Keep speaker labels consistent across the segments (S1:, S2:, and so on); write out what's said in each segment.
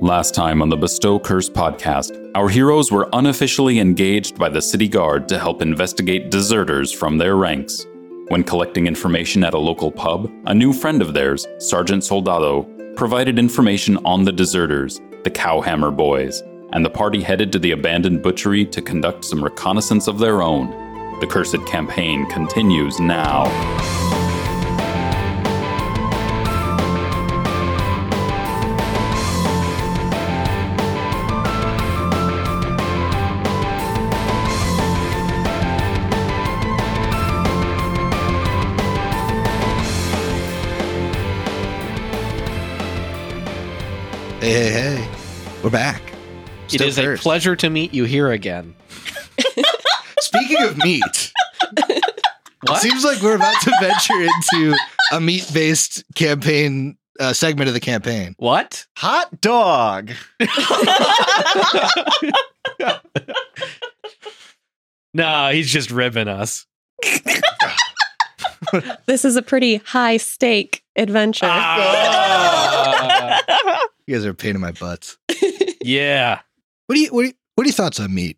S1: Last time on the Bestow Curse podcast, our heroes were unofficially engaged by the city guard to help investigate deserters from their ranks. When collecting information at a local pub, a new friend of theirs, Sergeant Soldado, provided information on the deserters, the Cowhammer Boys, and the party headed to the abandoned butchery to conduct some reconnaissance of their own. The Cursed Campaign continues now.
S2: Hey, hey, hey. We're back.
S3: It
S2: Still
S3: is
S2: cursed.
S3: a pleasure to meet you here again.
S2: Speaking of meat, it
S3: What?
S2: seems like we're about to venture into a meat based campaign uh, segment of the campaign.
S3: What?
S4: Hot dog.
S3: No, he's just ribbing us.
S5: This is a pretty high stake adventure.
S3: Ah.
S2: You guys are a pain in my butts.
S3: yeah.
S2: What do you what are, you- what are your thoughts on meat?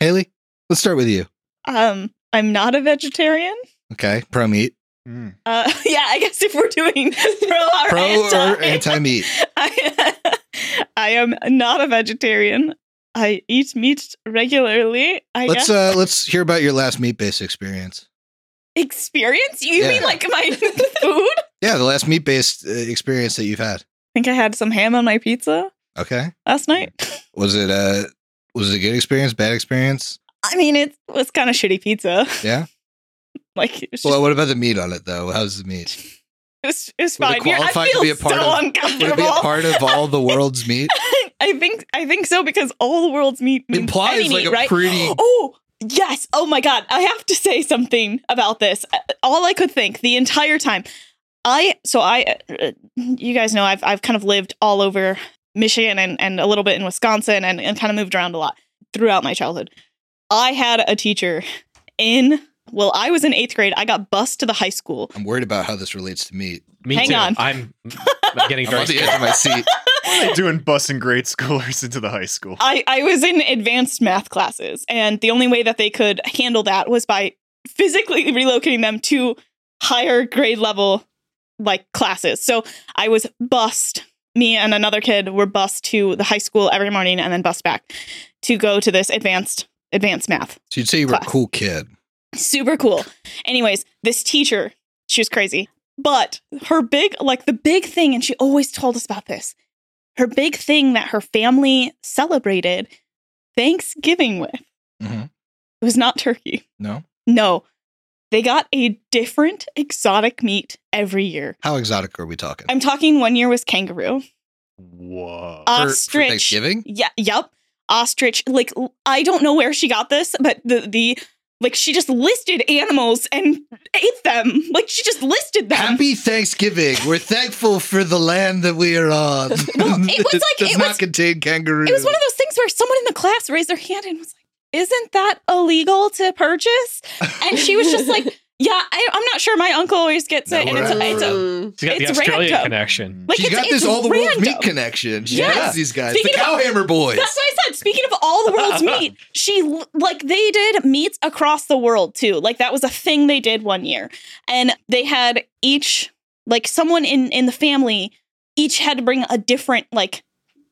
S2: Haley, let's start with you.
S6: Um, I'm not a vegetarian.
S2: Okay. Pro meat.
S4: Mm.
S6: Uh, yeah, I guess if we're doing pro or
S2: Pro
S6: anti,
S2: or anti meat.
S6: I, I am not a vegetarian. I eat meat regularly. I
S2: Let's
S6: guess
S2: uh let's hear about your last meat based experience.
S6: experience. You
S2: Yeah.
S6: mean like my food? I
S2: Yeah, the last meat based uh, experience that you've had.
S6: think I had some ham on my pizza
S2: Okay.
S6: last night.
S2: Was it uh was it a good experience, bad experience?
S6: I mean, it was kind of shitty pizza.
S2: Yeah.
S6: Like it was, just,
S2: Well, what about the meat on it though? How's the meat?
S6: it was, it was
S2: would it
S6: fine. We're-
S2: qualify
S6: I
S2: to
S6: feel
S2: be a part
S6: so
S2: of- Would it be
S6: uncomfortable.
S2: a part of all the world's meat?
S6: I think I think so because all the world's meat means
S2: implies
S6: any
S2: like
S6: meat,
S2: a
S6: right?
S2: pretty
S6: Oh, yes. Oh my God. I have to say something about this. Uh, All I could think the entire time. I, so I, uh, you guys know I've, I've kind of lived all over Michigan and, and a little bit in Wisconsin and, and kind of moved around a lot throughout my childhood. I had a teacher in, well, I was in eighth grade. I got bused to the high school.
S2: I'm worried about how this relates to meat.
S3: Me
S6: Hang
S3: too.
S6: on.
S3: I'm, I'm getting
S2: I'm on
S3: very
S2: the edge of my seat.
S4: What are they doing busing grade schoolers into the high school?
S6: I, I was in advanced math classes, and the only way that they could handle that was by physically relocating them to higher grade level like classes. So I was bussed. Me and another kid were bussed to the high school every morning and then bussed back to go to this advanced advanced math.
S2: So you'd say you were a
S6: Class.
S2: cool kid.
S6: Super cool. Anyways, this teacher, she was crazy. But her big, like the big thing, and she always told us about this her big thing that her family celebrated Thanksgiving with
S2: Mhm.
S6: was not turkey.
S2: No?
S6: No, they got a different exotic meat every year.
S2: How exotic are we talking?
S6: I'm talking one year was kangaroo,
S4: Whoa.
S2: For- for
S6: ostrich.
S2: Thanksgiving?
S6: Yeah, yep. Ostrich. Like l- I don't know where she got this, but the the like she just listed animals and ate them. Like she just listed them.
S2: Happy Thanksgiving. We're thankful for the land that we are on. well, it
S6: was like-
S2: does
S6: it
S2: not
S6: was-
S2: contain kangaroos.
S6: It was one of those things where someone in the class raised their hand and was like, "Isn't that illegal to purchase?" And she was just like, "Yeah, I, I'm not sure. My uncle always gets it,
S2: No,
S6: and it's
S2: right,
S6: a, it's a,
S5: Mm.
S3: He's got the
S6: It's
S3: Australian
S6: random.
S3: connection.
S6: like
S2: She's
S6: it's,
S2: got this
S6: it's
S2: all the world's
S6: random.
S2: meat connection. She
S6: Yes.
S2: loves these guys.
S6: Speaking
S2: the
S6: of-
S2: Cowhammer boys.
S6: That's what I said. Speaking of all the world's meat, she l- like they did meats across the world too. Like that was a thing they did one year, and they had each like someone in in the family each had to bring a different like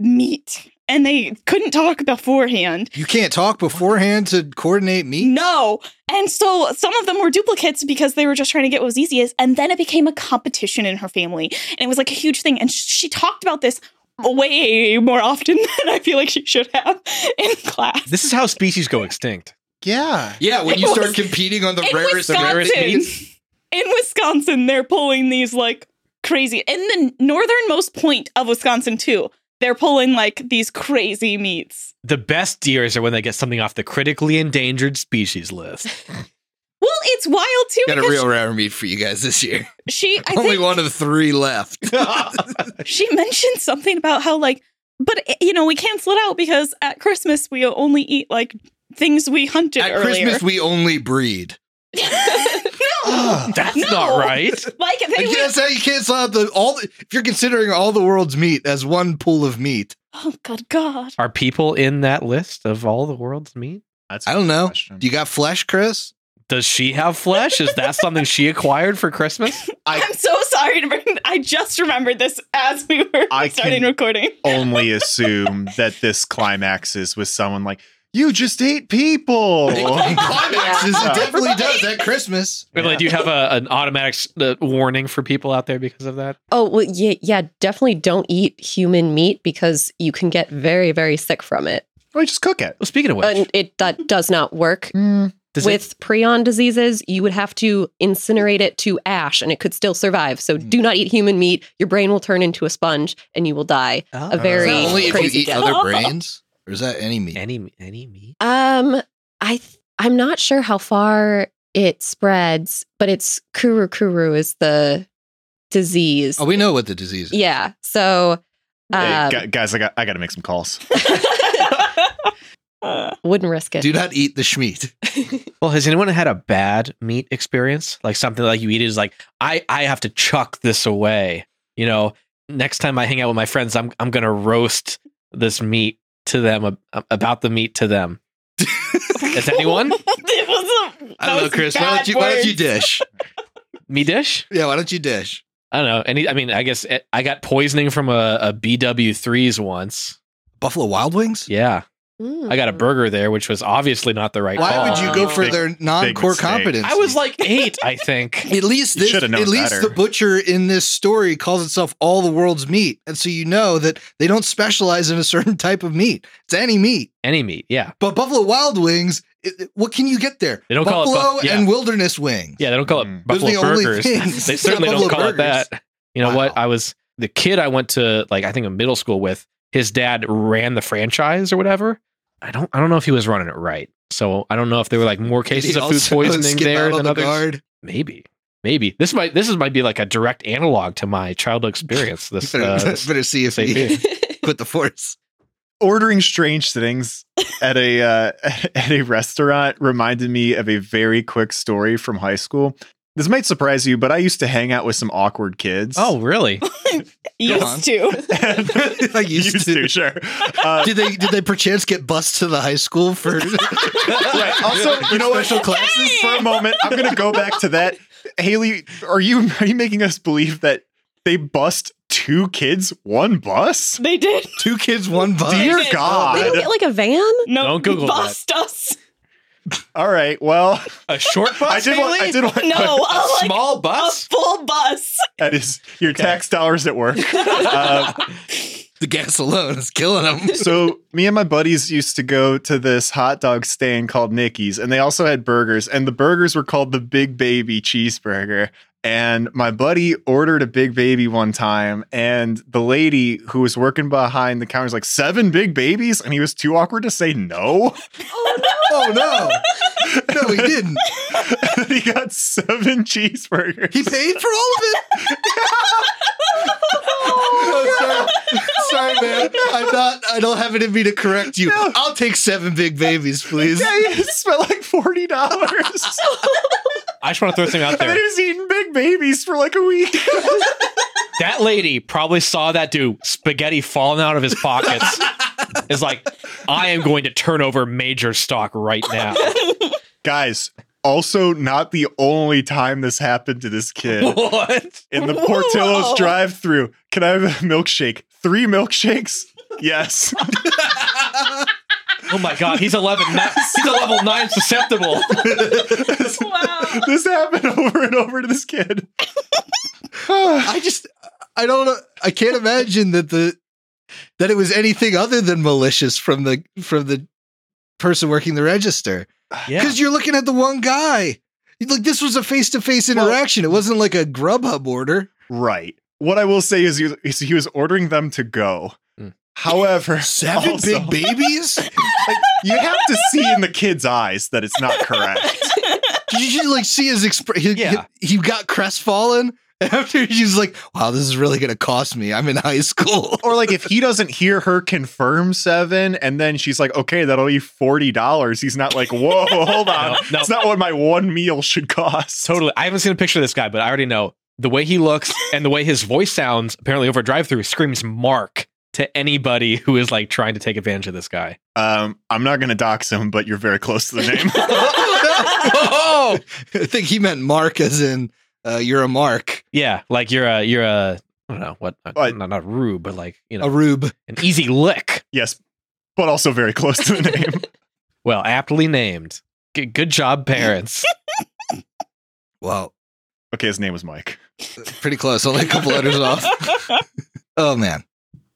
S6: meat, and they couldn't talk beforehand.
S2: You can't talk beforehand to coordinate meat?
S6: No. And so some of them were duplicates because they were just trying to get what was easiest. And then it became a competition in her family. And it was like a huge thing. And sh- she talked about this way more often than I feel like she should have in class.
S3: This is how species go extinct.
S4: Yeah.
S2: Yeah, when
S6: It
S2: you start
S6: was-
S2: competing on the
S6: in
S2: rarest of
S6: Wisconsin,
S2: rarest meat.
S6: in Wisconsin, they're pulling these like crazy in the northernmost point of Wisconsin too. They're pulling like these crazy meats.
S3: The best deers are when they get something off the critically endangered species list.
S6: Well, it's wild too
S2: Got a
S6: because
S2: real rare meat for you guys this year.
S6: she I
S2: Only
S6: think
S2: one of three left.
S6: she mentioned something about how like but eh, you know we cancel it out because at christmas we only eat like things we hunted
S2: At
S6: earlier
S2: Christmas, we only breed.
S6: no
S2: Ah.
S3: That's
S6: No.
S3: not right.
S6: like they
S2: Like,
S6: would
S2: that's how you cancel out the all. The, if you're considering all the world's meat as one pool of meat,
S6: Oh, good God.
S3: Are people in that list of all the world's meat?
S4: That's
S2: I don't know.
S4: Question.
S2: You got flesh, Chris?
S3: Does she have flesh? Is that something she acquired for Christmas?
S4: I-
S6: I'm so sorry to bring. I just remembered this as we were
S4: I
S6: starting
S4: can-
S6: recording.
S4: only assume that this climaxes with someone like you just ate people.
S2: It climaxes.
S4: Yeah.
S2: It definitely does at Christmas.
S3: Like, do you have a, an automatic s- uh, warning for people out there because of that?
S5: Oh, well, yeah, yeah, definitely don't eat human meat because you can get very, very sick from it.
S4: Or just cook it.
S3: Well, speaking of which,
S5: And it that does not work.
S6: Mm.
S3: does it-
S5: With prion diseases, you would have to incinerate it to ash and it could still survive.
S3: Hmm.
S5: So do not eat human meat. Your brain will turn into a sponge and you will die.
S3: Oh.
S5: A very
S2: Is that only if
S5: crazy
S2: you eat
S5: death.
S2: other brains? Or is that any meat?
S3: any any meat?
S5: Um, I th- I'm not sure how far it spreads, but it's kuru kuru is the disease.
S2: Oh, we know what the disease is.
S5: yeah. So
S4: Hey,
S5: um,
S4: gu- guys, I got I got to make some calls.
S6: Uh,
S5: wouldn't risk it.
S2: Do not eat the schmeat.
S3: Well, has anyone had a bad meat experience? Like something like you eat is like I I have to chuck this away. You know, next time I hang out with my friends, I'm I'm gonna roast this meat to them ab- about the meat to them. Is anyone
S6: it was a,
S2: I don't know, Chris. Why don't you? Why don't you dish?
S3: me dish?
S2: Yeah, why don't you dish?
S3: I don't know. Any? I mean, I guess it, I got poisoning from a, a BW threes once.
S2: Buffalo Wild Wings.
S3: Yeah,
S5: Mm.
S3: I got a burger there, which was obviously not the right
S2: Why
S3: call.
S2: would you go for
S4: Big-
S2: their non-core
S4: mistake.
S2: competence?
S3: I was like eight, I think.
S2: At least
S4: You
S2: this,
S4: should
S2: at
S4: have known
S2: least
S4: better.
S2: the butcher in this story calls itself all the world's meat, and so you know that they don't specialize in a certain type of meat. It's any meat,
S3: Any meat, yeah.
S2: but Buffalo Wild Wings. it- it- what can you get there?
S3: They don't call it
S2: Buffalo
S3: buff- yeah.
S2: and Wilderness Wings.
S3: Yeah, they don't call it
S4: Mm.
S2: Those are
S3: Buffalo
S2: the only
S3: Burgers.
S2: things.
S3: They
S2: It's
S3: certainly
S2: not
S3: don't
S2: Buffalo
S3: call it
S2: Burgers.
S3: that. You know
S2: Wow.
S3: what? I was the kid I went to like I think in middle school with. His dad ran the franchise or whatever. I don't I don't know if he was running it right. So I don't know if there were like more
S2: Did
S3: cases
S2: he
S3: of food
S2: also
S3: poisoning
S2: skip out
S3: there
S2: on
S3: than
S2: the
S3: others.
S2: guard?
S3: Maybe. Maybe. This might this is might be like a direct analog to my childhood experience.
S2: You
S3: This,
S2: better,
S3: uh, this
S2: better see if
S3: safe
S2: he
S3: here.
S2: quit the force.
S4: Ordering strange things at a uh, at a restaurant reminded me of a very quick story from high school. This might surprise you, but I used to hang out with some awkward kids.
S3: Oh, really?
S2: on.
S6: Used to.
S2: I used to.
S4: sure. Uh,
S2: Did they did they perchance get bussed to the high school for
S4: right. Also, you know what?
S2: special classes?
S4: for a moment. I'm gonna go back to that. Haley, are you are you making us believe that they bust two kids, one bus?
S6: They did.
S2: Two kids, one bus.
S6: Dear-
S4: Dear
S6: did.
S5: They don't
S4: God!
S5: get like a van.
S6: No,
S3: Don't Google that.
S6: bust us.
S4: All right, well,
S3: A short bus?
S4: I did want. I
S3: Haley?
S4: did want.
S6: No,
S3: a
S6: a, like
S3: small
S6: a
S3: bus?
S6: full bus. Oh,
S4: That is your tax dollars at work. Uh,
S2: The gas alone is killing them.
S4: so me and my buddies used to go to this hot dog stand called Nicky's, and they also had burgers, and the burgers were called the Big Baby Cheeseburger. And my buddy ordered a big baby one time, and the lady who was working behind the counter was like, seven big babies? And he was too awkward to say no.
S2: Oh no! No, he didn't.
S4: he got seven cheeseburgers.
S2: He paid for all of it. No, Oh, sorry. sorry, man. I'm not. I don't have it in me to correct you.
S4: No.
S2: I'll take seven big babies, please.
S4: yeah, he spent like $40. and
S3: I just want to throw something out
S4: then
S3: there.
S4: he was eating big babies for like a week.
S3: That lady probably saw that dude spaghetti falling out of his pockets. Is like, I am going to turn over major stock right now.
S4: Guys, also not the only time this happened to this kid.
S3: What?
S4: In the
S6: Whoa.
S4: Portillo's drive through can I have a milkshake? Three milkshakes? Yes.
S3: Oh my god, he's eleven. ni- He's a level nine susceptible.
S4: this,
S6: Wow.
S4: this happened over and over to this kid.
S2: I just. I don't. know- I can't imagine that the that it was anything other than malicious from the from the person working the register.
S3: Yeah.
S2: Because you're looking at the one guy. Like this was a face to face interaction. it wasn't like a Grubhub order.
S4: Right. What I will say is he, is he was ordering them to go.
S3: Mm.
S4: However,
S2: Seven
S4: also,
S2: big babies.
S4: like, you have to see in the kid's eyes that it's not correct.
S2: Did you just, like see his expression?
S3: Yeah.
S2: He, he got crestfallen after he's like, "Wow, this is really gonna cost me. I'm in high school."
S4: Or like if he doesn't hear her confirm seven, and then she's like, "Okay, that'll be forty dollars." He's not like, "Whoa, hold on,
S3: No, no.
S4: it's not what my one meal should cost."
S3: Totally. I haven't seen a picture of this guy, but I already know the way he looks and the way his voice sounds. Apparently, over drive-through, screams "Mark" to anybody who is like trying to take advantage of this guy.
S4: Um, I'm not gonna dox him, but you're very close to the name.
S2: oh, I think he meant Mark as in uh, you're a Mark,
S3: Yeah, like you're a you're a I don't know what
S4: But-
S3: not not rude, but like you know
S2: a Rube.
S3: an easy lick.
S4: yes, but also very close to the name.
S3: Well, aptly named. G- good job, parents.
S2: Wow,
S4: Okay, his name was Mike.
S2: pretty close. Only a couple letters off. Oh man.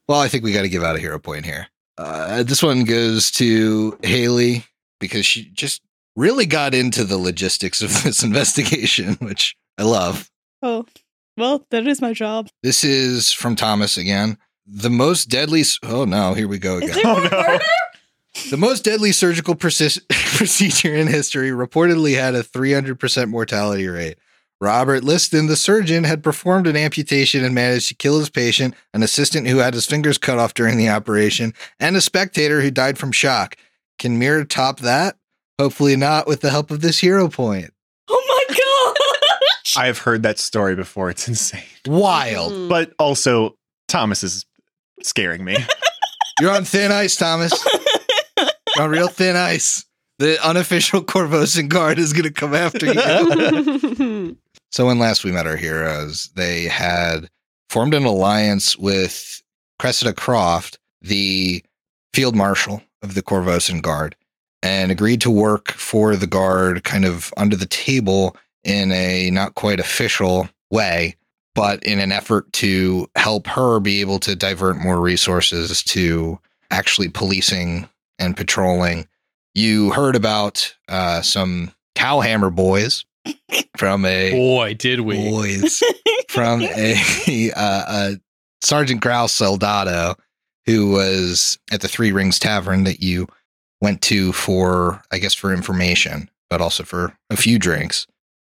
S2: Well, I think we got to give out a hero point here. Uh, this one goes to Haley because she just really got into the logistics of this investigation, which I love.
S6: oh, well, that is my job.
S2: This is from Thomas again. The most deadly. s- Oh no, here we go again.
S6: Is there
S4: Oh,
S6: more
S4: no.
S6: murder?
S2: The most deadly surgical persis- procedure in history reportedly had a 300% mortality rate. Robert Liston, the surgeon, had performed an amputation and managed to kill his patient, an assistant who had his fingers cut off during the operation, and a spectator who died from shock. Can Mirror top that? Hopefully not with the help of this hero point.
S6: Oh my
S4: I've heard that story before. It's insane.
S2: Wild.
S5: Mm.
S4: But also, Thomas is scaring me.
S2: You're on thin ice, Thomas.
S6: god.
S2: You're on real thin ice. The unofficial Corvosan guard is going to come after you. So when last we met our heroes, they had formed an alliance with Cressida Croft, the field marshal of the Corvosan Guard, and agreed to work for the guard kind of under the table in a not quite official way, but in an effort to help her be able to divert more resources to actually policing and patrolling. You heard about uh, some cowhammer boys from a
S3: Boy, did we!
S2: boys from a, uh, a Sergeant Grouse Soldado who was at the Three Rings Tavern that you went to for, I guess, for information, but also for a few drinks.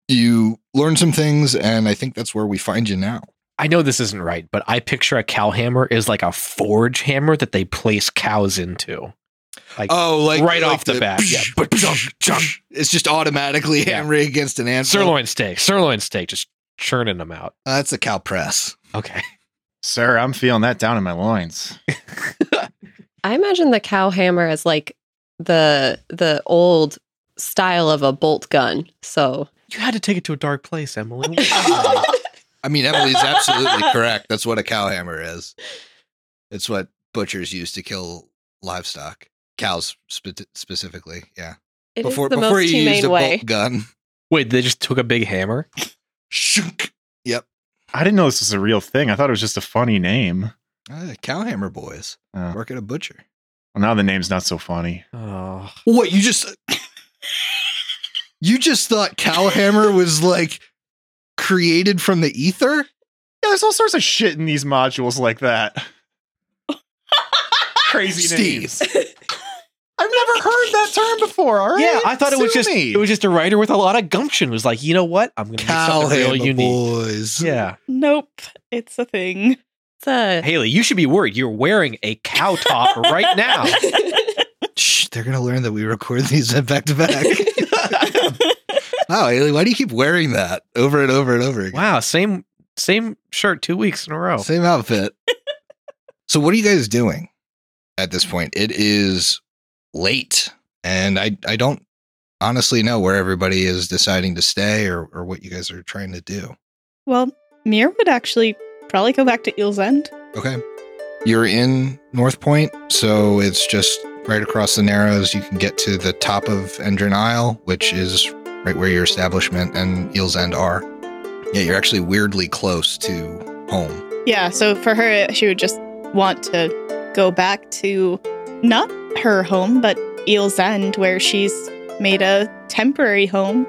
S2: You learned some things, and I think that's where we find you now.
S3: I know this isn't right, but I picture a cow hammer is like a forge hammer that they place cows into.
S2: Oh, like
S3: Right off the bat, yeah.
S2: It's just automatically
S3: Yeah.
S2: hammering against an anvil.
S3: Sirloin steak, sirloin steak, just churning them out.
S2: Uh, that's a cow press.
S3: Okay.
S4: Sir, I'm feeling that down in my loins.
S5: I imagine the cow hammer as like the the old style of a bolt gun. So
S3: You had to take it to a dark place, Emily.
S2: I mean, Emily's absolutely correct. That's what a cow hammer is. It's what butchers use to kill livestock, cows spe- specifically. Yeah.
S5: it is
S2: before
S5: the
S2: before
S5: most
S2: you used
S5: humane
S2: a
S5: way.
S2: bolt gun.
S3: Wait, they just took a big hammer?
S2: Shunk. Yep.
S4: I didn't know this was a real thing. I thought it was just a funny name.
S2: Ah, cow hammer boys
S4: Oh.
S2: work at a butcher.
S4: Well, now the name's not so funny.
S3: Oh.
S2: What you just you just thought cow hammer was like created from the ether?
S4: Yeah, there's all sorts of shit in these modules like that. Crazy
S2: Steve.
S4: names. I've never heard that term before. All right.
S3: Yeah, I thought it was
S4: Sue
S3: just
S4: me.
S3: it was just a writer with a lot of gumption was like, you know what? I'm gonna make
S2: Cow
S3: something real
S2: hammer
S3: unique.
S2: boys.
S3: Yeah.
S6: nope, it's a thing.
S5: It's a
S3: Haley, you should be worried. You're wearing a cow top right now.
S2: Shh, they're gonna learn that we record these back to back. Wow, Haley, why do you keep wearing that over and over and over again?
S3: Wow, same same shirt two weeks in a row.
S2: Same outfit. so what are you guys doing at this point? It is late and I I don't honestly know where everybody is deciding to stay or, or what you guys are trying to do.
S6: well, Mir would actually probably go back to Eel's End.
S2: Okay. You're in North Point, so it's just right across the narrows. You can get to the top of Endrin Isle, which is right where your establishment and Eel's End are. Yeah, you're actually weirdly close to home.
S6: Yeah, so for her, she would just want to go back to not her home, but Eel's End, where she's made a temporary home.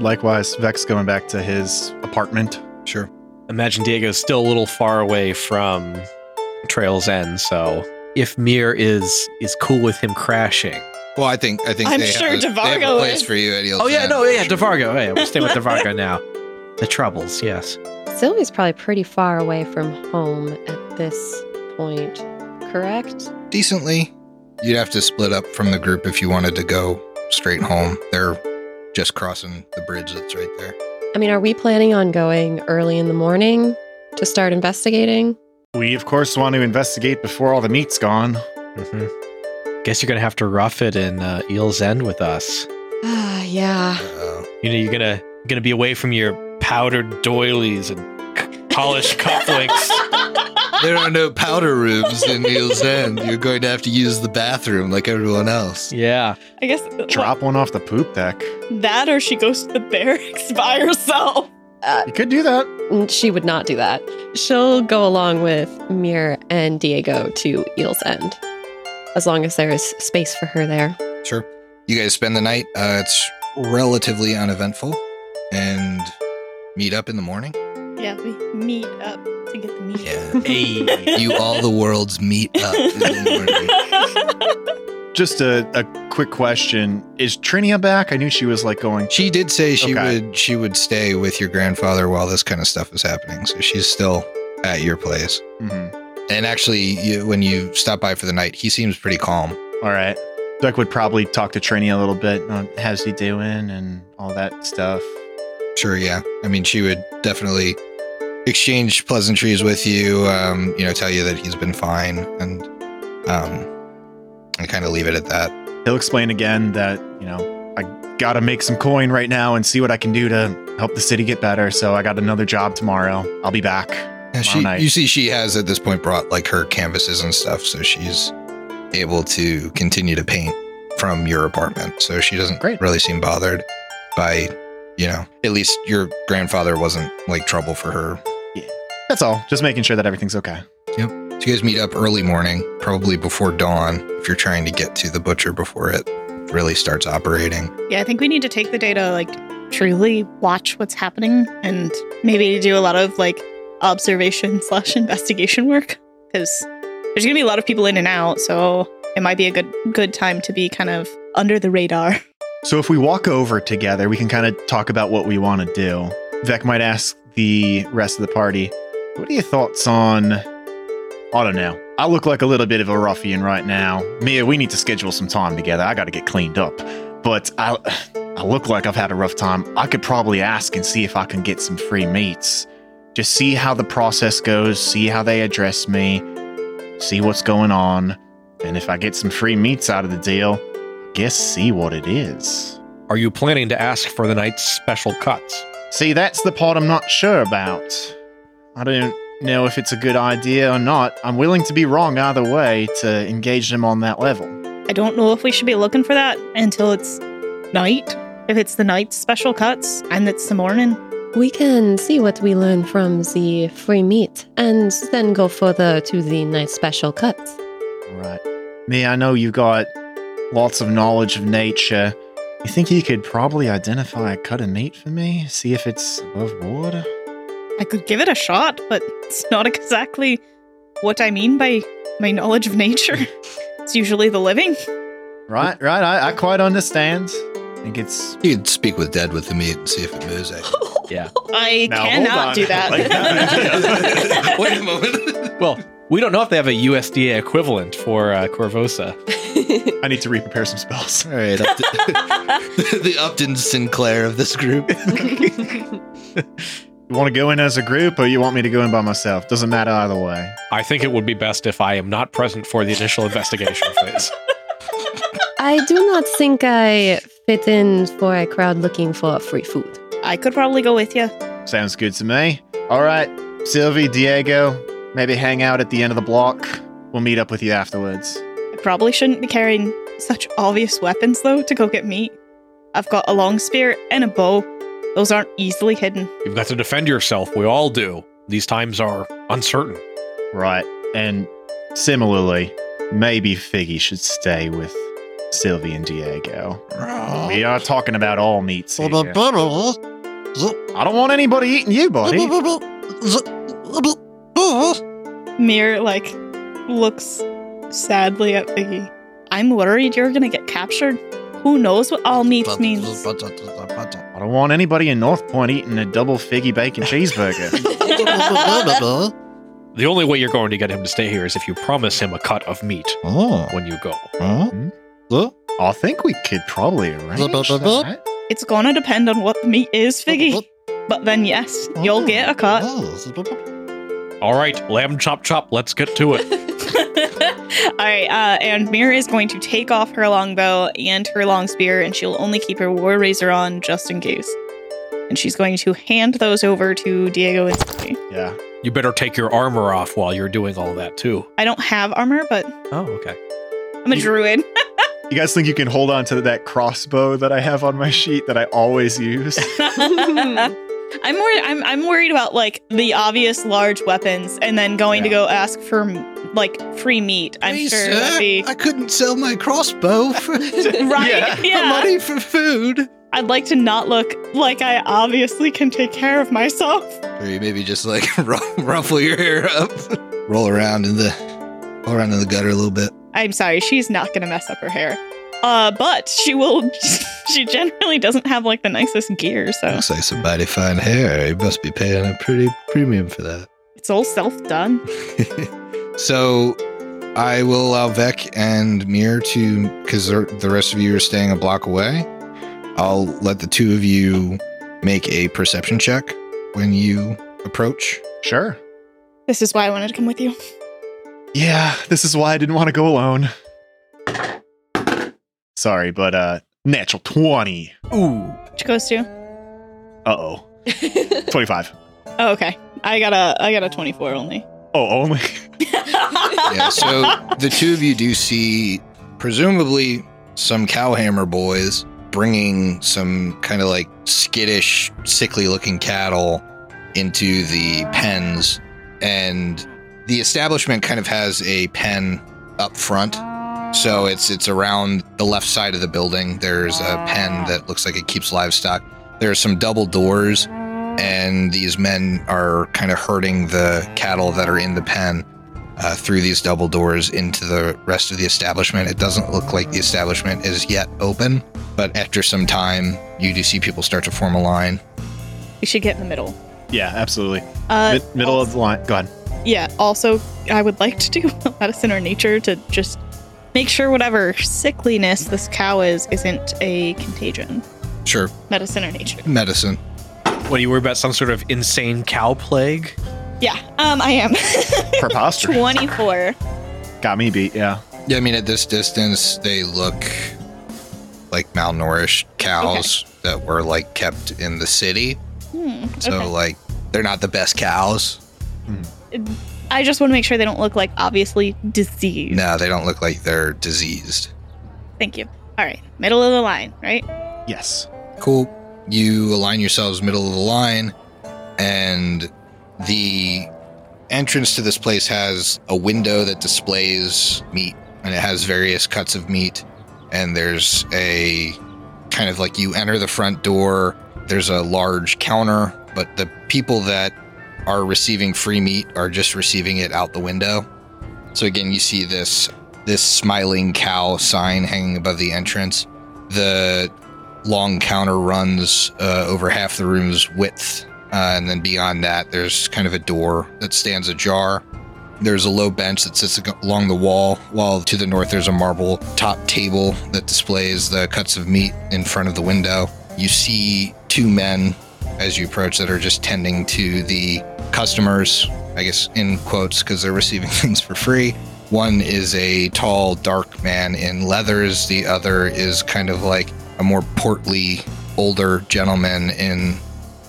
S4: Likewise, Vex going back to his apartment.
S2: Sure.
S3: Imagine Diego's still a little far away from Trail's End, so if Mir is is cool with him crashing.
S2: Well, I think I think
S6: I'm
S2: they
S6: sure
S2: have a, they have a
S6: DeVargo
S2: place
S6: is-
S2: for you at E Eel's
S3: Oh yeah,
S2: End,
S3: no,
S2: for
S3: yeah,
S2: sure.
S3: DeVargo. Hey, we're staying with DeVargo now. The troubles, yes.
S5: Sylvie's probably pretty far away from home at this point, correct?
S2: decently. You'd have to split up from the group if you wanted to go straight home. They're just crossing the bridge that's right there.
S5: I mean, are we planning on going early in the morning to start investigating?
S4: We, of course, want to investigate before all the meat's gone.
S3: hmm Guess you're gonna have to rough it in uh, Eel's End with us.
S5: Ah, yeah.
S2: Uh,
S3: You know, you're gonna gonna be away from your powdered doilies and c- polished cufflinks.
S2: there are no powder rooms in E Neil's End. You're going to have to use the bathroom like everyone else.
S3: Yeah.
S6: I guess
S4: Drop one off the poop deck.
S6: that or she goes to the barracks by herself.
S4: You could do that.
S5: Mm, She would not do that. She'll go along with Mir and Diego to Eel's End, as long as there is space for her there.
S2: Sure. You guys spend the night. Uh, it's relatively uneventful, and meet up in the morning.
S6: Yeah, we meet up to get the meat.
S2: Yeah.
S3: Hey.
S2: You all the worlds meet up in the morning.
S4: Just a, a quick question. Is Trinia back? I knew she was like going.
S2: She did say she
S4: Okay.
S2: would she would stay with your grandfather while this kind of stuff is happening. So she's still at your place.
S4: Mhm.
S2: And actually, you, when you stop by for the night, he seems pretty calm.
S4: All right. Duck would probably talk to Trinia a little bit. on How's he doing? And all that stuff.
S2: Sure, yeah. I mean, she would definitely exchange pleasantries with you. Um, you know, tell you that he's been fine, and um, and kind of leave it at that.
S4: He'll explain again that, you know, I gotta make some coin right now and see what I can do to help the city get better. So I got another job tomorrow. I'll be back.
S2: Yeah, she,
S4: night.
S2: you see, she has at this point brought like her canvases and stuff, so she's able to continue to paint from your apartment. So she doesn't
S4: Great.
S2: really seem bothered by, you know, at least your grandfather wasn't like trouble for her.
S4: That's all. Just making sure that everything's okay.
S2: So you guys meet up early morning, probably before dawn, if you're trying to get to the butcher before it really starts operating.
S6: Yeah, I think we need to take the day to like truly watch what's happening and maybe do a lot of like observation slash investigation work because there's gonna be a lot of people in and out, so it might be a good good time to be kind of under the radar.
S4: So if we walk over together, we can kind of talk about what we want to do. Vec might ask the rest of the party, "What are your thoughts on?" I don't know. I look like a little bit of a ruffian right now. Mia, we need to schedule some time together. I got to get cleaned up, but I, I look like I've had a rough time. I could probably ask and see if I can get some free meats. Just see how the process goes. See how they address me. See what's going on, and if I get some free meats out of the deal, guess see what it is.
S3: Are you planning to ask for the night's special cuts?
S4: See, that's the part I'm not sure about. I don't know if it's a good idea or not. I'm willing to be wrong either way to engage them on that level.
S6: I don't know if we should be looking for that until it's night. If it's the night's special cuts and it's the morning.
S5: We can see what we learn from the free meat and then go further to the night special cuts.
S4: Right. Mia, I know you've got lots of knowledge of nature. You think you could probably identify a cut of meat for me? See if it's above board?
S6: I could give it a shot, but it's not exactly what I mean by my knowledge of nature. it's usually the living.
S4: Right, right. I, I quite understand. I think it's.
S2: You'd speak with Dad with the meat and see if it moves. I-
S3: Yeah.
S6: I
S4: Now, hold on.
S6: cannot do that.
S4: Like,
S2: Wait a moment.
S3: Well, we don't know if they have a USDA equivalent for uh, Corvosa.
S4: I need to re prepare some spells.
S2: All right, Upton- the Upton Sinclair of this group.
S4: You want to go in as a group or you want me to go in by myself? Doesn't matter either way.
S3: I think it would be best if I am not present for the initial investigation phase.
S5: I do not think I fit in for a crowd looking for free food.
S6: I could probably go with you.
S4: Sounds good to me. All right, Sylvie, Diego, maybe hang out at the end of the block. We'll meet up with you afterwards.
S6: I probably shouldn't be carrying such obvious weapons, though, to go get meat. I've got a long spear and a bow. Those aren't easily hidden.
S3: You've got to defend yourself. We all do. These times are uncertain.
S4: Right, and similarly, maybe Figgy should stay with Sylvie and Diego. We are talking about all meats. Here. I don't want anybody eating you, buddy.
S6: Mir, like, looks sadly at Biggie. I'm worried you're gonna get captured. Who knows what all meats means?
S4: I don't want anybody in North Point eating a double Figgy bacon cheeseburger.
S3: The only way you're going to get him to stay here is if you promise him a cut of meat when you go.
S4: I think we could probably arrange that.
S6: It's gonna depend on what the meat is, Figgy. But then, yes, you'll get a cut.
S3: All right, lamb chop chop, let's get to it.
S6: All right, uh, and Mira is going to take off her longbow and her long spear, and she'll only keep her war razor on just in case. And she's going to hand those over to Diego and Sophie.
S4: Yeah.
S3: You better take your armor off while you're doing all that too.
S6: I don't have armor, but
S3: Oh, okay.
S6: I'm a
S4: You-
S6: druid.
S4: You guys think you can hold on to that crossbow that I have on my sheet that I always use?
S6: I'm worried. I'm I'm worried about like the obvious large weapons, and then going to
S4: Yeah.
S6: go ask for like free meat. I'm
S2: Hey,
S6: sure
S2: sir,
S6: that'd be
S2: I couldn't sell my crossbow for
S6: right.
S4: Yeah.
S6: Yeah,
S2: money for food.
S6: I'd like to not look like I obviously can take care of myself.
S2: Or you maybe just like ru- ruffle your hair up, roll around in the roll around in the gutter a little bit.
S6: I'm sorry, she's not gonna mess up her hair. Uh, but she will. She generally doesn't have like the nicest gear, so
S2: Looks like some mighty fine hair. You must be paying a pretty premium for that.
S6: it's all self done.
S2: So I will allow Vec and Mir to, because the rest of you are staying a block away. I'll let the two of you make a perception check when you approach.
S4: sure.
S6: This is why I wanted to come with you.
S4: Yeah, this is why I didn't want to go alone. Sorry, but uh natural 20.
S3: Ooh.
S6: Which goes to?
S4: Uh-oh. 25.
S6: Oh, okay. I got a. I got a 24 only.
S4: Oh, only.
S2: Yeah, so the two of you do see, presumably, some cowhammer boys bringing some kind of like skittish, sickly looking cattle into the pens. And the establishment kind of has a pen up front. So it's it's around the left side of the building. There's a pen that looks like it keeps livestock. There are some double doors, and these men are kind of herding the cattle that are in the pen uh, through these double doors into the rest of the establishment. It doesn't look like the establishment is yet open, but after some time, you do see people start to form a line.
S6: we should get in the middle.
S4: Yeah, absolutely.
S6: Uh,
S4: Mid- middle of the line. Go ahead.
S6: yeah. Also, I would like to do medicine or nature to just make sure whatever sickliness this cow is isn't a contagion.
S2: Sure,
S6: Medicine or nature.
S2: medicine.
S3: What do you worry about? Some sort of insane cow plague?
S6: Yeah. Um, I am
S4: Preposterous.
S6: 24.
S4: Got me beat, yeah.
S2: Yeah, I mean, at this distance, they look like malnourished cows that were like kept in the city.
S6: Hmm,
S2: So,
S6: okay.
S2: like, they're not the best cows.
S6: I just want to make sure they don't look like obviously diseased.
S2: No, they don't look like they're diseased.
S6: Thank you. All right, middle of the line, right?
S4: Yes.
S2: Cool. You align yourselves middle of the line, and the entrance to this place has a window that displays meat, and it has various cuts of meat. And there's a kind of like you enter the front door, there's a large counter, but the people that are receiving free meat are just receiving it out the window. So again, you see this this smiling cow sign hanging above the entrance. The long counter runs uh, over half the room's width. Uh, and then beyond that, there's kind of a door that stands ajar. There's a low bench that sits ag- along the wall, while to the north, there's a marble top table that displays the cuts of meat in front of the window. You see two men as you approach that are just tending to the customers, I guess, in quotes, because they're receiving things for free. One is a tall, dark man in leathers, the other is kind of like a more portly older gentleman in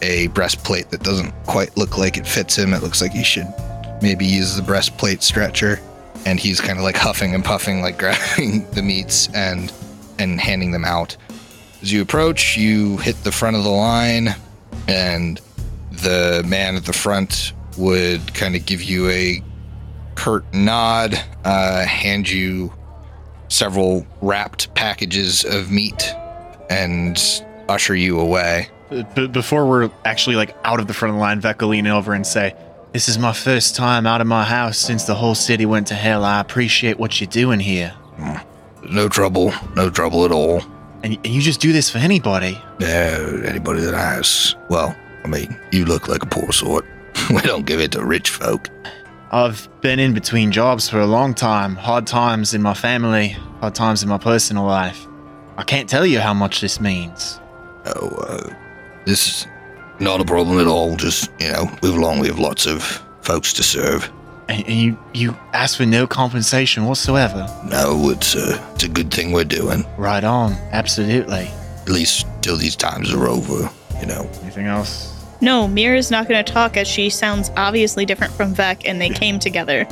S2: a breastplate that doesn't quite look like it fits him. It looks like he should maybe use the breastplate stretcher. And he's kind of like huffing and puffing, like grabbing the meats and and handing them out. As you approach, you hit the front of the line, and the man at the front would kind of give you a curt nod, uh, hand you several wrapped packages of meat, and usher you away.
S4: B- before we're actually like out of the front of the line, Vec will lean over and say, "This is my first time out of my house since the whole city went to hell. I appreciate what you're doing here,
S2: No trouble, no trouble at all.
S4: and, and you just do this for anybody."
S2: No, anybody that asks. Well, I mean, you look like a poor sort. we don't give it to rich folk.
S4: I've been in between jobs for a long time. Hard times in my family, hard times in my personal life. I can't tell you how much this means.
S2: Oh, uh, this is not a problem at all. Just, you know, move along. We have lots of folks to serve.
S4: And, and you you ask for no compensation whatsoever.
S2: No, it's a, it's a good thing we're doing,
S4: Right on, absolutely.
S2: at least till these times are over, you know.
S4: Anything else?
S6: No, Mira's not going to talk as she sounds obviously different from Vec and they came together.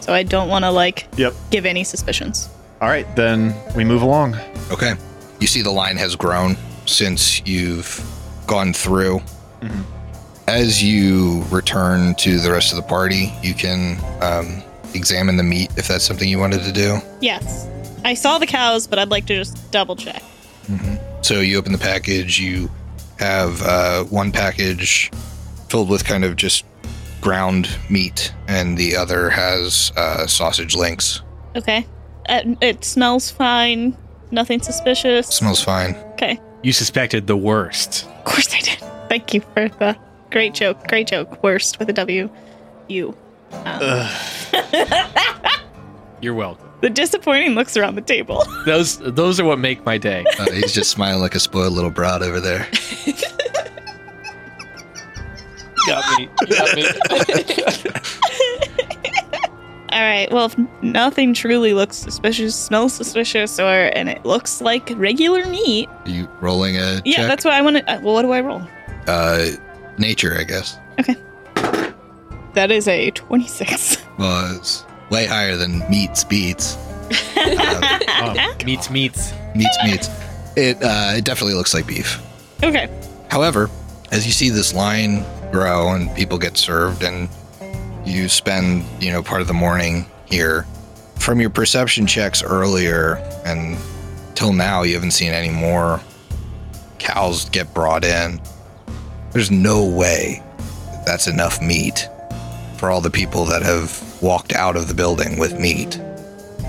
S6: So I don't want to like
S4: Yep.
S6: give any suspicions.
S4: All right, then we move along.
S2: Okay. You see, the line has grown since you've gone through.
S4: Mhm.
S2: As you return to the rest of the party, you can um, examine the meat if that's something you wanted to do.
S6: Yes. I saw the cows, but I'd like to just double check.
S2: So you open the package. You have uh, one package filled with kind of just ground meat, and the other has uh, sausage links.
S6: Okay. Uh, it smells fine. Nothing suspicious.
S2: Smells fine.
S6: Okay.
S3: You suspected the worst.
S6: Of course I did. Thank you for the great joke. Great joke. Worst with a W. You.
S3: You're welcome.
S6: The disappointing looks around the table.
S3: Those those are what make my day.
S2: Uh, he's just smiling like a spoiled little brat over there.
S3: You got me. You got me.
S6: All right. Well, if nothing truly looks suspicious, smells suspicious, or and it looks like regular meat.
S2: Are you rolling a
S6: Yeah,
S2: check?
S6: that's what I want to. Uh, well, what do I roll?
S2: uh, nature, I guess.
S6: That is a twenty-six.
S2: Well, it's way higher than meats beats. Uh,
S3: Oh, meats, meats.
S2: meats meats. It uh, it definitely looks like beef.
S6: okay.
S2: However, as you see this line grow and people get served and you spend, you know, part of the morning here, from your perception checks earlier and till now you haven't seen any more cows get brought in. There's no way that that's enough meat for all the people that have walked out of the building with meat.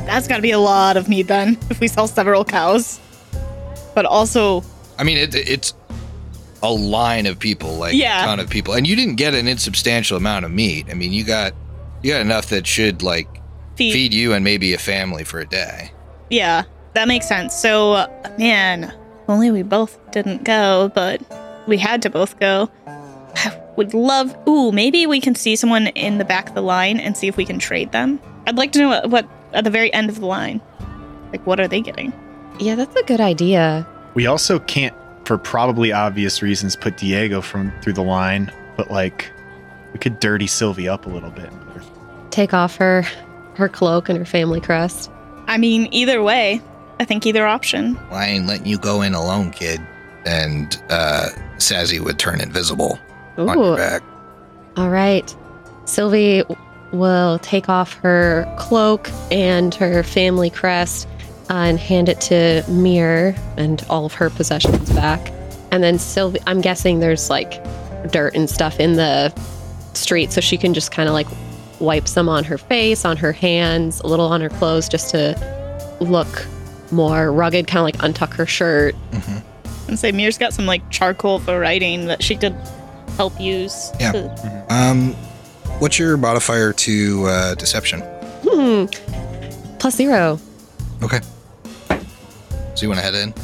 S6: That's got to be a lot of meat then, if we sell several cows. But also,
S2: I mean, it, it's a line of people, like
S6: Yeah.
S2: a ton of people, and you didn't get an insubstantial amount of meat. I mean, you got you got enough that should like
S6: feed.
S2: feed you and maybe a family for a day.
S6: Yeah, that makes sense. So, uh, man, if only we both didn't go, but we had to both go. I would love. Ooh, maybe we can see someone in the back of the line and see if we can trade them. I'd like to know what, what at the very end of the line. Like, what are they getting?
S5: Yeah, that's a good idea.
S4: We also can't, for probably obvious reasons, put Diego from through the line, but like we could dirty Sylvie up a little bit.
S5: Take off her her cloak and her family crest.
S6: I mean, either way, I think either option.
S2: Well, I ain't letting you go in alone, kid. And uh, Sazzy would turn invisible on your
S5: Ooh.
S2: back.
S5: All right. Sylvie will take off her cloak and her family crest uh, and hand it to Mir and all of her possessions back. And then Sylvie, I'm guessing there's like dirt and stuff in the street, so she can just kind of like wipe some on her face, on her hands, a little on her clothes just to look more rugged, kind of like untuck her shirt.
S6: And say Mir's got some like charcoal for writing that she could help use.
S2: Yeah.
S6: to-
S2: Um, what's your modifier to uh, deception?
S5: Hmm. Plus zero.
S2: Okay. So you want to head in?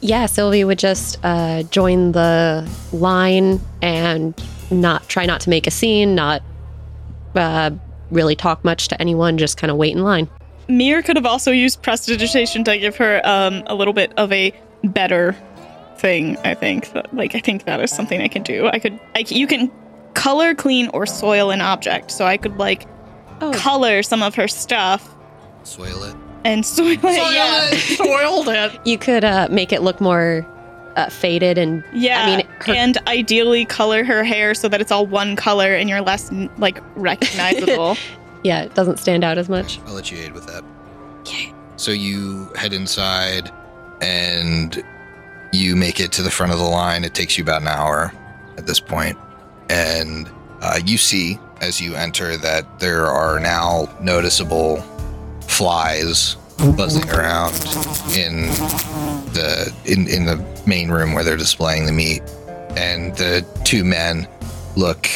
S5: yeah, Sylvie would just uh, join the line and not try not to make a scene, not uh, really talk much to anyone, just kind of wait in line.
S6: Mir could have also used prestidigitation to give her um, a little bit of a better thing. I think, That- like, I think that is something I can do. I could, I, c- you can color clean or soil an object, so I could like
S5: Oh.
S6: color some of her stuff
S2: Soil it.
S6: and soil it. yeah, soiled it.
S5: You could uh, make it look more uh, faded and
S6: Yeah,
S5: I mean, her-
S6: and ideally color her hair so that it's all one color and you're less n- like recognizable.
S5: yeah, it doesn't stand out as much.
S2: I'll let you aid with that. So you head inside and you make it to the front of the line. It takes you about an hour at this point. And uh, you see as you enter that there are now noticeable flies buzzing around in the in, in the main room where they're displaying the meat. And the two men look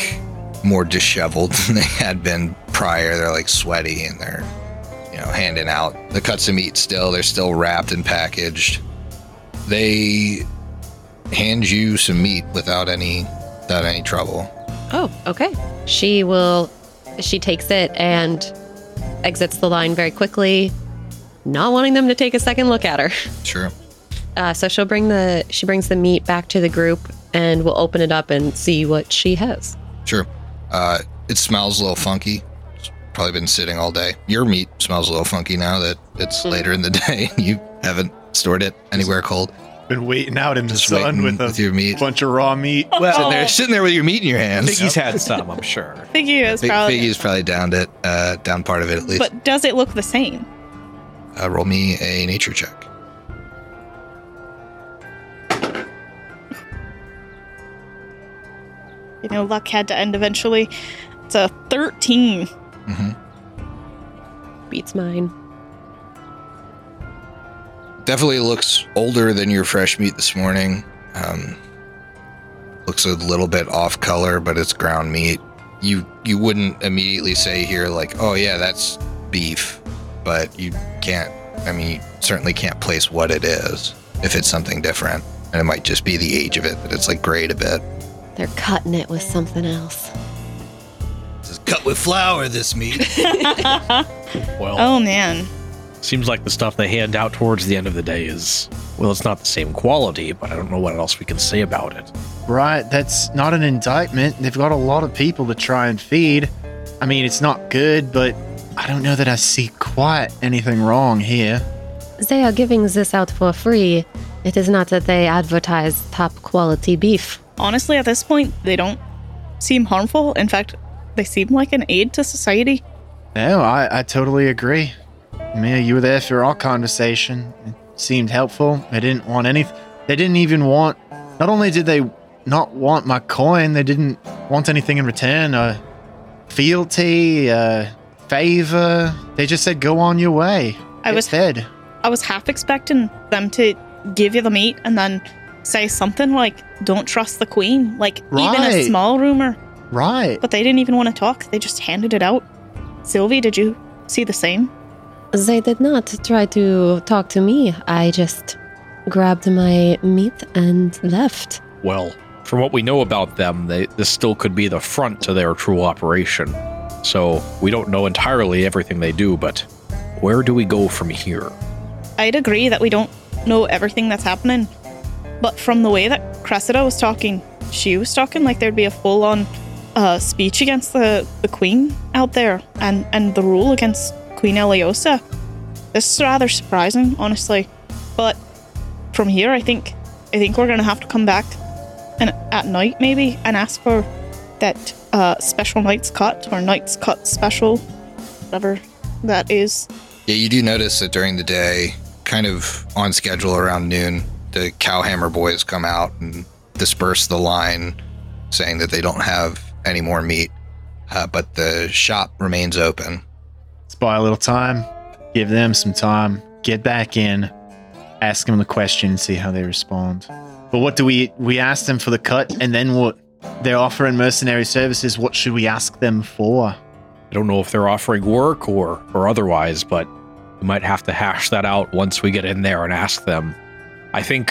S2: more disheveled than they had been prior. They're like sweaty and they're you know, handing out the cuts of meat still. They're still wrapped and packaged. They hand you some meat without any without any trouble.
S5: Oh, okay. She will, she takes it and exits the line very quickly, not wanting them to take a second look at her.
S2: Sure.
S5: Uh, so she'll bring the, she brings the meat back to the group and we'll open it up and see what she has.
S2: Sure. Uh, it smells a little funky. It's probably been sitting all day. Your meat smells a little funky now that it's later in the day. and You haven't stored it anywhere cold.
S4: Been waiting out in the
S2: Just
S4: sun
S2: waiting
S4: with a
S2: with your meat.
S4: bunch of raw meat.
S3: Well,
S6: Oh.
S2: They're sitting there with your meat in your hands.
S3: Biggie's had some, I'm sure.
S6: I think he is
S2: Big,
S6: probably.
S2: Biggie's probably downed it, uh, down part of it at least.
S6: But does it look the same?
S2: uh, roll me a nature check.
S6: You know, luck had to end eventually. It's a 13.
S2: hmm
S5: Beats mine.
S2: Definitely looks older than your fresh meat this morning. Um, looks a little bit off color, but it's ground meat. You you wouldn't immediately say here like, oh yeah, that's beef, but you can't. I mean, you certainly can't place what it is if it's something different, and it might just be the age of it that it's like grayed a bit.
S5: They're cutting it with something else.
S2: This is cut with flour. This meat.
S3: Well,
S6: Oh, man.
S3: seems like the stuff they hand out towards the end of the day is, well, it's not the same quality, but I don't know what else we can say about it.
S4: Right, that's not an indictment. They've got a lot of people to try and feed. I mean, it's not good, but I don't know that I see quite anything wrong here.
S5: They are giving this out for free. It is not that they advertise top quality beef.
S6: Honestly, at this point, they don't seem harmful. In fact, they seem like an aid to society.
S4: No, I, I totally agree. Mia, you were there for our conversation. It seemed helpful. They didn't want any. They didn't even want. Not only did they not want my coin, they didn't want anything in return. A fealty, a favor. They just said, "Go on your way."
S6: I
S4: Get
S6: was-
S4: fed.
S6: I was half expecting them to give you the meat and then say something like, don't trust the queen. Like, even a
S4: Right.
S6: small rumor.
S4: Right.
S6: But they didn't even want to talk. They just handed it out. Sylvie, did you see the same?
S5: They did not try to talk to me. I just grabbed my meat and left.
S3: Well, from what we know about them, they, this still could be the front to their true operation. So we don't know entirely everything they do, but where do we go from here?
S6: I'd agree that we don't know everything that's happening. But from the way that Cressida was talking, she was talking like there'd be a full on uh, speech against the, the Queen out there and, and the rule against Queen Eliosa. This is rather surprising, honestly. But from here, I think I think we're gonna have to come back and at night maybe and ask for that uh, special night's cut or night's cut special, whatever that is.
S2: Yeah, you do notice that during the day, kind of on schedule around noon, the Cowhammer boys come out and disperse the line, saying that they don't have any more meat, uh, but the shop remains open.
S4: Let's buy a little time, give them some time, get back in, ask them the question, and see how they respond. But what do we we ask them for the cut, and then what? They're offering mercenary services. What should we ask them for?
S3: I don't know if they're offering work or or otherwise, but we might have to hash that out once we get in there and ask them. I think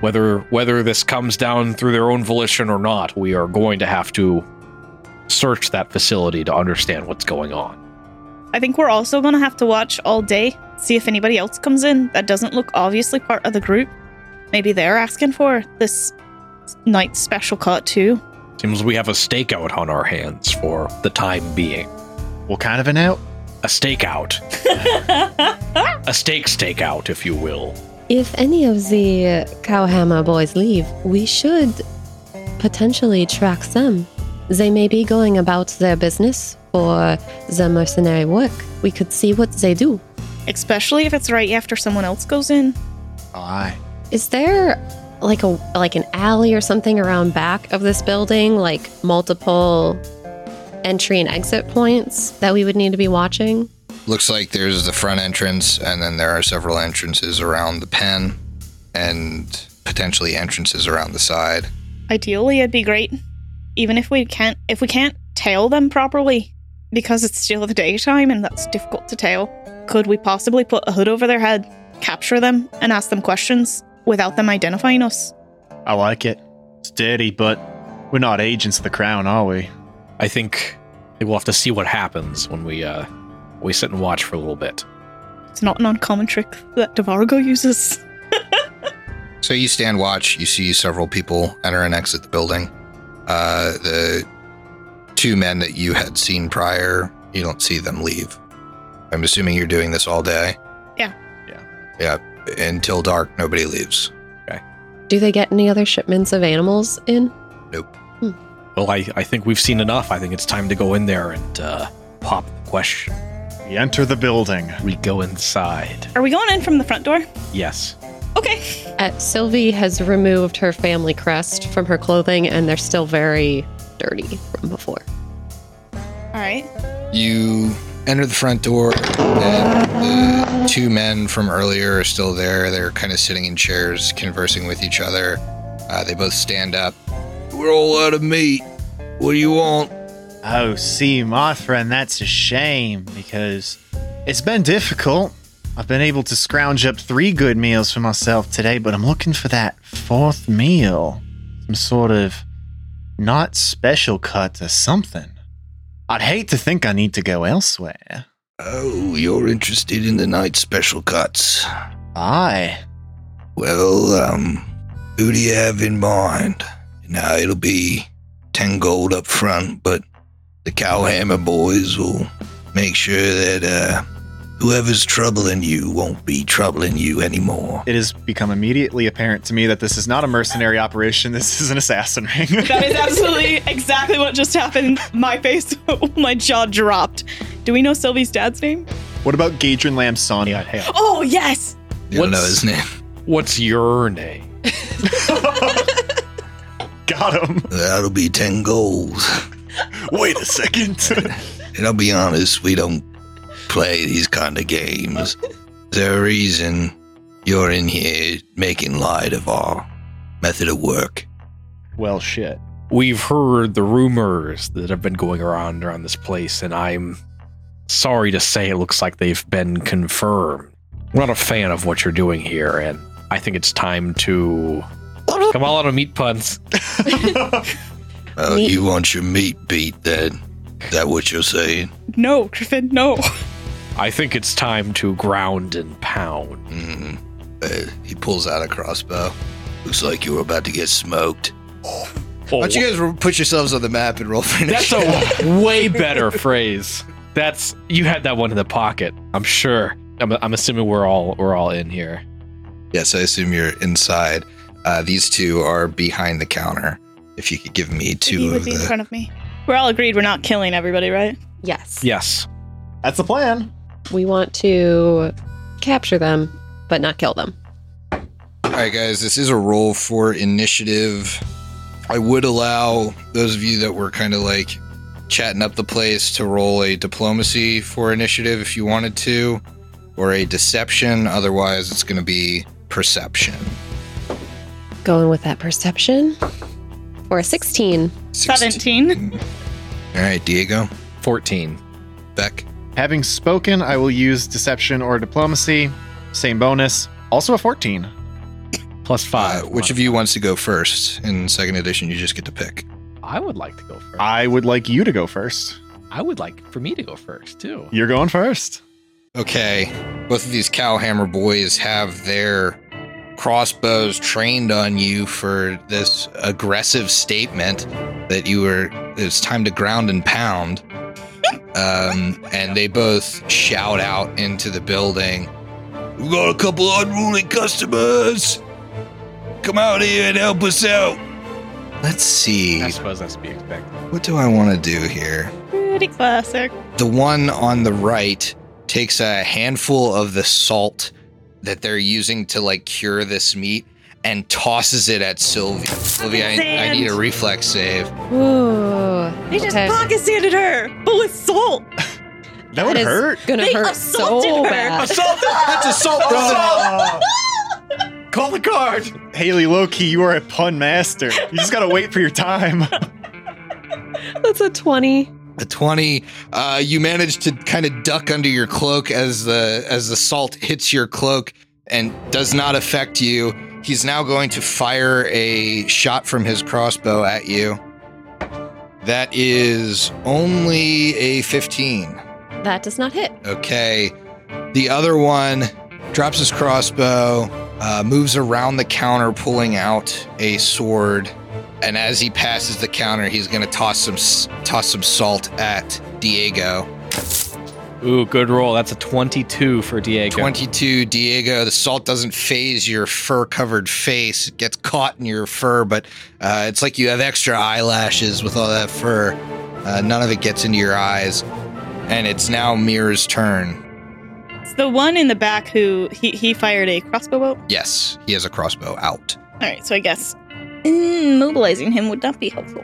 S3: whether whether this comes down through their own volition or not, we are going to have to search that facility to understand what's going on.
S6: I think we're also going to have to watch all day, see if anybody else comes in that doesn't look obviously part of the group. Maybe they're asking for this night's special cut too.
S3: Seems we have a stakeout on our hands for the time being.
S4: What kind of an out?
S3: A stakeout. a stake stakeout, if you will.
S5: If any of the Cowhammer boys leave, we should potentially track them. They may be going about their business for the mercenary work. We could see what they do.
S6: Especially if it's right after someone else goes in.
S4: Aye.
S5: Is there like a like an alley or something around back of this building, like multiple entry and exit points that we would need to be watching?
S2: Looks like there's the front entrance, and then there are several entrances around the pen, and potentially entrances around the side.
S6: Ideally, it'd be great. Even if we can't, if we can't tail them properly, because it's still the daytime and that's difficult to tail, could we possibly put a hood over their head, capture them, and ask them questions without them identifying us?
S4: I like it. It's dirty, but We're not agents of the crown, are we?
S3: I think we'll have to see what happens when we uh we sit and watch for a little bit.
S6: It's not an uncommon trick that Devarago uses.
S2: So you stand watch. You see several people enter and exit the building. Uh, the two men that you had seen prior, you don't see them leave. I'm assuming you're doing this all day.
S6: Yeah.
S4: Yeah.
S2: Yeah. Until dark, nobody leaves.
S5: Do they get any other shipments of animals in?
S3: Well, I, I think we've seen enough. I think it's time to go in there and uh, pop the question.
S4: We enter the building.
S3: We go inside.
S6: Are we going in from the front door?
S3: Yes.
S6: Okay.
S5: Uh, Sylvie has removed her family crest from her clothing, and they're still very dirty from before.
S6: All right.
S2: You enter the front door, and the two men from earlier are still there. They're kind of sitting in chairs, conversing with each other. Uh, they both stand up. We're all out of meat. What do you want?
S4: Oh, see, my friend, that's a shame because it's been difficult. I've been able to scrounge up three good meals for myself today, but I'm looking for that fourth meal. Some sort of not special cut or something. I'd hate to think I need to go elsewhere.
S2: Oh, you're interested in the night special cuts.
S4: Aye.
S2: Well, um, who do you have in mind? Now, it'll be 10 gold up front, but the Cowhammer boys will make sure that, uh, whoever's troubling you won't be troubling you anymore.
S4: It has become immediately apparent to me that this is not a mercenary operation, this is an assassin ring.
S6: That is absolutely exactly what just happened. My face, my jaw dropped. Do we know Sylvie's dad's name?
S4: what about Gadrin Lamsani?
S3: Yeah, hey,
S6: Oh, yes.
S2: You don't know
S3: What's-
S2: his name.
S3: what's your name?
S4: Got him.
S2: That'll be 10 gold.
S4: Wait a second.
S2: And I'll be honest, we don't play these kind of games. There's a reason you're in here making light of our method of work.
S4: well, shit.
S3: We've heard the rumors that have been going around around this place, and I'm sorry to say it looks like they've been confirmed. I'm not a fan of what you're doing here, and I think it's time to come all out of meat puns.
S2: Oh,
S5: Meat-
S2: you want your meat beat then? Is that what you're saying?
S6: No, Griffin, no.
S3: I think it's time to ground and pound.
S2: Mm. Uh, he pulls out a crossbow. Looks like you were about to get smoked.
S3: Oh,
S2: guys re- put yourselves on the map and roll for
S3: that's a way better phrase. That's you had that one in the pocket. I'm sure. I'm, I'm assuming we're all we're all in here.
S2: Yes, I assume you're inside. Uh, these two are behind the counter. If you could give me
S6: he
S2: two
S6: would
S2: of
S6: be in
S2: the.
S6: front of me. We're all agreed we're not killing everybody, right?
S5: Yes.
S3: Yes.
S4: That's the plan.
S5: We want to capture them, but not kill them.
S2: All right, guys, this is a roll for initiative. I would allow those of you that were kind of like chatting up the place to roll a diplomacy for initiative if you wanted to, or a deception. Otherwise, it's going to be perception.
S5: Going with that perception for a 16.
S6: 17.
S2: All right, Diego,
S3: Fourteen.
S2: Beck.
S4: Having spoken, I will use deception or diplomacy. Same bonus. Also a 14.
S3: Plus five.
S2: Uh, which of you wants to go first? In second edition, you just get to pick.
S3: I would like to go first. I,
S4: I would like you to go first.
S3: would like for me to go first too.
S4: You're going first.
S2: Okay, both of these cowhammer boys have their crossbows trained on you for this aggressive statement that you were. It's time to ground and pound. Um, and they both shout out into the building. We've got a couple unruly customers. Come out here and help us out. Let's see.
S3: I suppose that's to be expected.
S2: What do I want to do here?
S6: Pretty classic.
S2: The one on the right takes a handful of the salt that they're using to like cure this meat and tosses it at Sylvie. Sylvie, I, I need a reflex save.
S5: Ooh.
S6: They just pocket sanded her, but with salt.
S4: That would
S5: is
S4: hurt.
S5: Gonna
S6: They
S5: hurt
S6: assaulted
S5: so
S6: her.
S5: bad.
S2: That's assault,
S4: Call the guard. Haley Loki, you are a pun master. You just gotta wait for your time.
S5: That's a 20.
S2: A twenty. Uh, you manage to kind of duck under your cloak as the as the salt hits your cloak and does not affect you. He's now going to fire a shot from his crossbow at you. That is only a 15.
S5: That does not hit.
S2: Okay. The other one drops his crossbow, uh, moves around the counter, pulling out a sword. And as he passes the counter, he's going to toss some s- toss some salt at Diego.
S3: Ooh, good roll. That's a 22 for Diego.
S2: 22 Diego. The salt doesn't phase your fur covered face. It gets caught in your fur, but uh, it's like you have extra eyelashes with all that fur. Uh, none of it gets into your eyes. And it's now Mirror's turn.
S6: It's the one in the back who he, he fired a crossbow bolt.
S2: Yes, he has a crossbow out.
S6: All right, so I guess immobilizing him would not be helpful.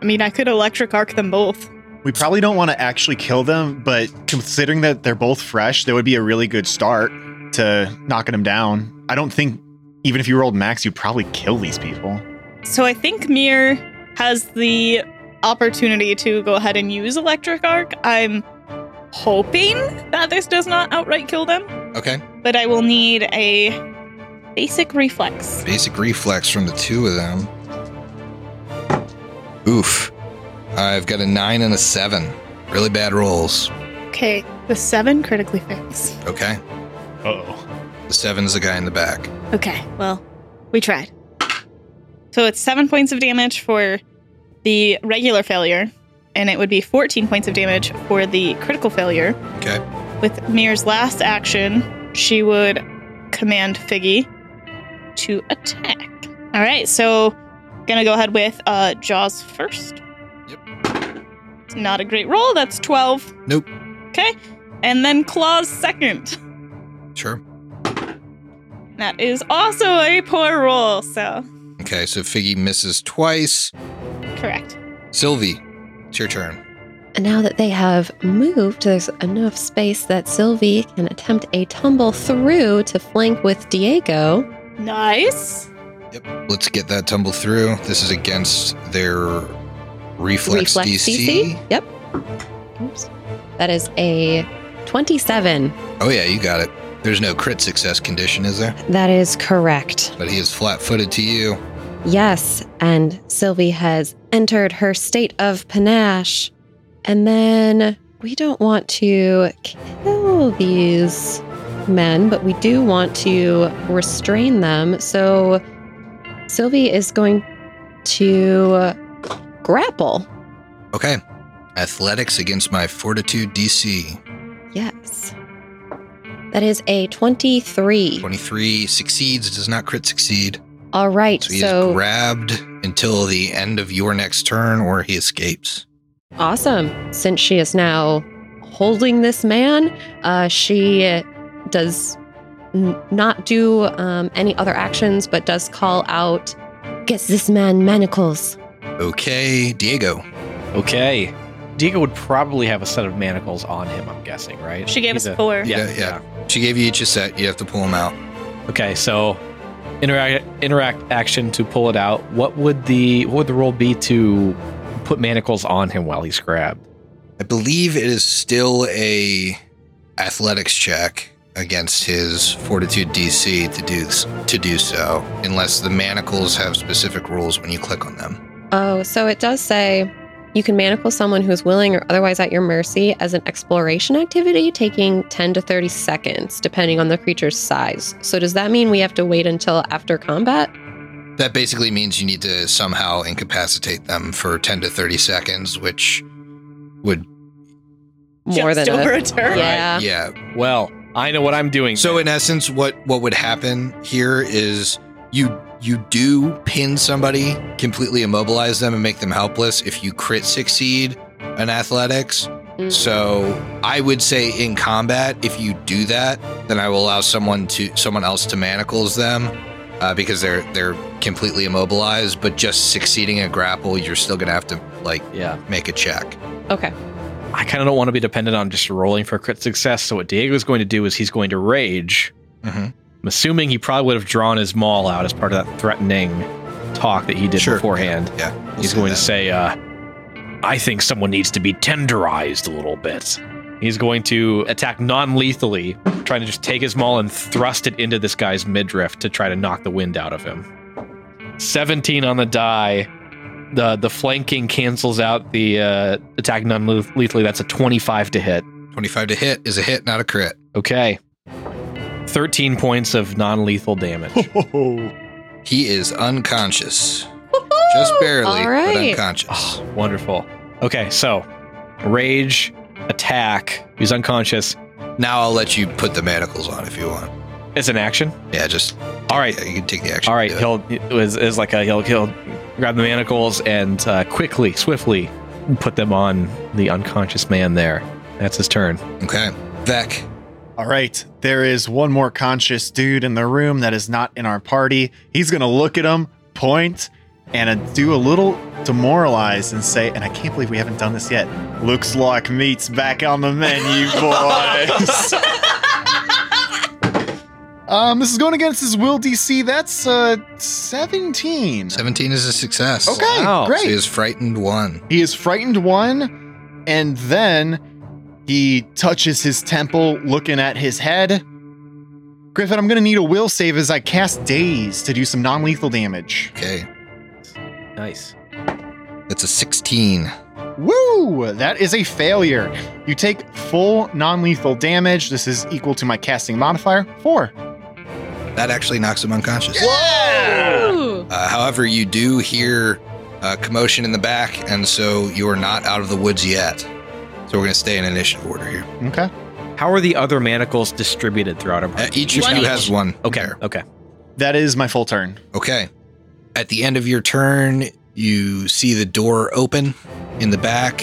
S6: I mean, I could electric arc them both.
S4: We probably don't want to actually kill them, but considering that they're both fresh, that would be a really good start to knocking them down. I don't think even if you rolled max, you'd probably kill these people.
S6: So I think Mir has the opportunity to go ahead and use electric arc. I'm hoping that this does not outright kill them,
S2: Okay.
S6: but I will need a basic reflex.
S2: Basic reflex from the two of them. Oof. I've got a nine and a seven. Really bad rolls.
S6: Okay, the seven critically fails.
S2: Okay.
S4: Oh,
S2: The seven's the guy in the back.
S6: Okay, well, we tried. So it's seven points of damage for the regular failure, and it would be 14 points of damage for the critical failure.
S2: Okay.
S6: With Mir's last action, she would command Figgy to attack. All right, so gonna go ahead with uh, Jaws first.
S2: Yep.
S6: It's not a great roll. That's 12.
S2: Nope.
S6: Okay, and then Claws second.
S2: Sure.
S6: That is also a poor roll, so
S2: Okay, so Figgy misses twice.
S6: correct.
S2: Sylvie, it's your turn.
S5: And now that they have moved, there's enough space that Sylvie can attempt a tumble through to flank with Diego.
S6: Nice.
S2: Let's get that tumble through. This is against their reflex,
S5: Reflex
S2: DC.
S5: DC. Yep. Oops. That is a 27.
S2: Oh, yeah, you got it. There's no crit success condition, is there?
S5: That is correct.
S2: But he is flat footed to you.
S5: Yes, and Sylvie has entered her state of panache. And then we don't want to kill these men, but we do want to restrain them. So Sylvie is going to grapple.
S2: Okay. Athletics against my fortitude DC.
S5: Yes. That is a 23.
S2: 23 succeeds, does not crit succeed.
S5: All right.
S2: So he
S5: So
S2: is grabbed until the end of your next turn or he escapes.
S5: Awesome. Since she is now holding this man, uh, she does n- not do um, any other actions, but does call out, Gets this man manacles.
S2: Okay, Diego.
S3: Okay. Diego would probably have a set of manacles on him, I'm guessing, right?
S6: She gave
S3: He's
S6: us
S3: a-
S6: four.
S3: Yeah,
S2: Yeah,
S3: yeah.
S2: yeah. She gave you each a set. You have to pull them out.
S3: Okay, so interact interact action to pull it out. What would the what would the roll be to put manacles on him while he's grabbed?
S2: I believe it is still a athletics check against his fortitude DC to do to do so, unless the manacles have specific rules when you click on them.
S5: Oh, so it does say you can manacle someone who's willing or otherwise at your mercy as an exploration activity, taking 10 to 30 seconds, depending on the creature's size. So does that mean we have to wait until after combat?
S2: That basically means you need to somehow incapacitate them for 10 to 30 seconds, which would
S5: More
S6: Just
S5: than
S6: over
S5: a,
S6: a, turn.
S5: Yeah.
S2: yeah.
S3: Well, I know what I'm doing.
S2: So
S3: then.
S2: in essence, what what would happen here is you you do pin somebody, completely immobilize them and make them helpless if you crit succeed in athletics.
S5: Mm.
S2: So I would say in combat, if you do that, then I will allow someone to someone else to manacles them uh, because they're they're completely immobilized. But just succeeding a grapple, you're still gonna have to like
S3: yeah.
S2: make a check.
S5: Okay.
S3: I kind of don't want to be dependent on just rolling for crit success. So what Diego's going to do is he's going to rage.
S2: Mhm.
S3: I'm assuming he probably would have drawn his maul out as part of that threatening talk that he did
S2: Sure,
S3: beforehand.
S2: Yeah, yeah. We'll
S3: he's
S2: see
S3: going
S2: that.
S3: to say, uh, "I think someone needs to be tenderized a little bit." He's going to attack non-lethally, trying to just take his maul and thrust it into this guy's midriff to try to knock the wind out of him. 17 on the die The the flanking cancels out the uh, attack non lethally. That's a 25 to hit.
S2: 25 to hit is a hit, not a crit.
S3: Okay. 13 points of non lethal damage.
S2: He is unconscious.
S4: Oh,
S2: Just barely,
S5: All
S2: but
S5: right.
S2: unconscious.
S3: Oh, wonderful. Okay, so rage, attack. He's unconscious.
S2: Now I'll let you put the manacles on if you want.
S3: It's an action.
S2: Yeah, just
S3: All right.
S2: yeah, you can take the action.
S3: All right.
S2: to do it.
S3: He'll is, is like a he'll he'll grab the manacles and uh, quickly, swiftly put them on the unconscious man. There. That's his turn.
S2: Okay. Vec.
S4: All right, there is one more conscious dude in the room that is not in our party. He's gonna look at him, point, and uh, do a little demoralized and say, and I can't believe we haven't done this yet. Looks like meat's back on the menu, boys. um, this is going against his will DC. That's uh 17.
S2: 17 is a success.
S4: Okay,
S3: Wow.
S4: great.
S2: So he is frightened one.
S4: He is frightened one, and then he touches his temple, looking at his head. Griffin, I'm gonna need a will save as I cast Daze to do some non-lethal damage.
S2: Okay.
S3: Nice.
S2: That's a 16.
S4: Woo! That is a failure. You take full non-lethal damage. This is equal to my casting modifier, four.
S2: That actually knocks him unconscious.
S5: Ooh.
S2: Uh, however, you do hear uh, commotion in the back, and so you are not out of the woods yet. So we're going to stay in initiative order here.
S4: Okay.
S3: How are the other manacles distributed throughout him?
S2: Uh, each of
S6: One
S2: you
S6: each.
S2: has one.
S3: Okay.
S2: there.
S3: Okay.
S4: That is my full turn.
S2: Okay. At the end of your turn, you see the door open in the back,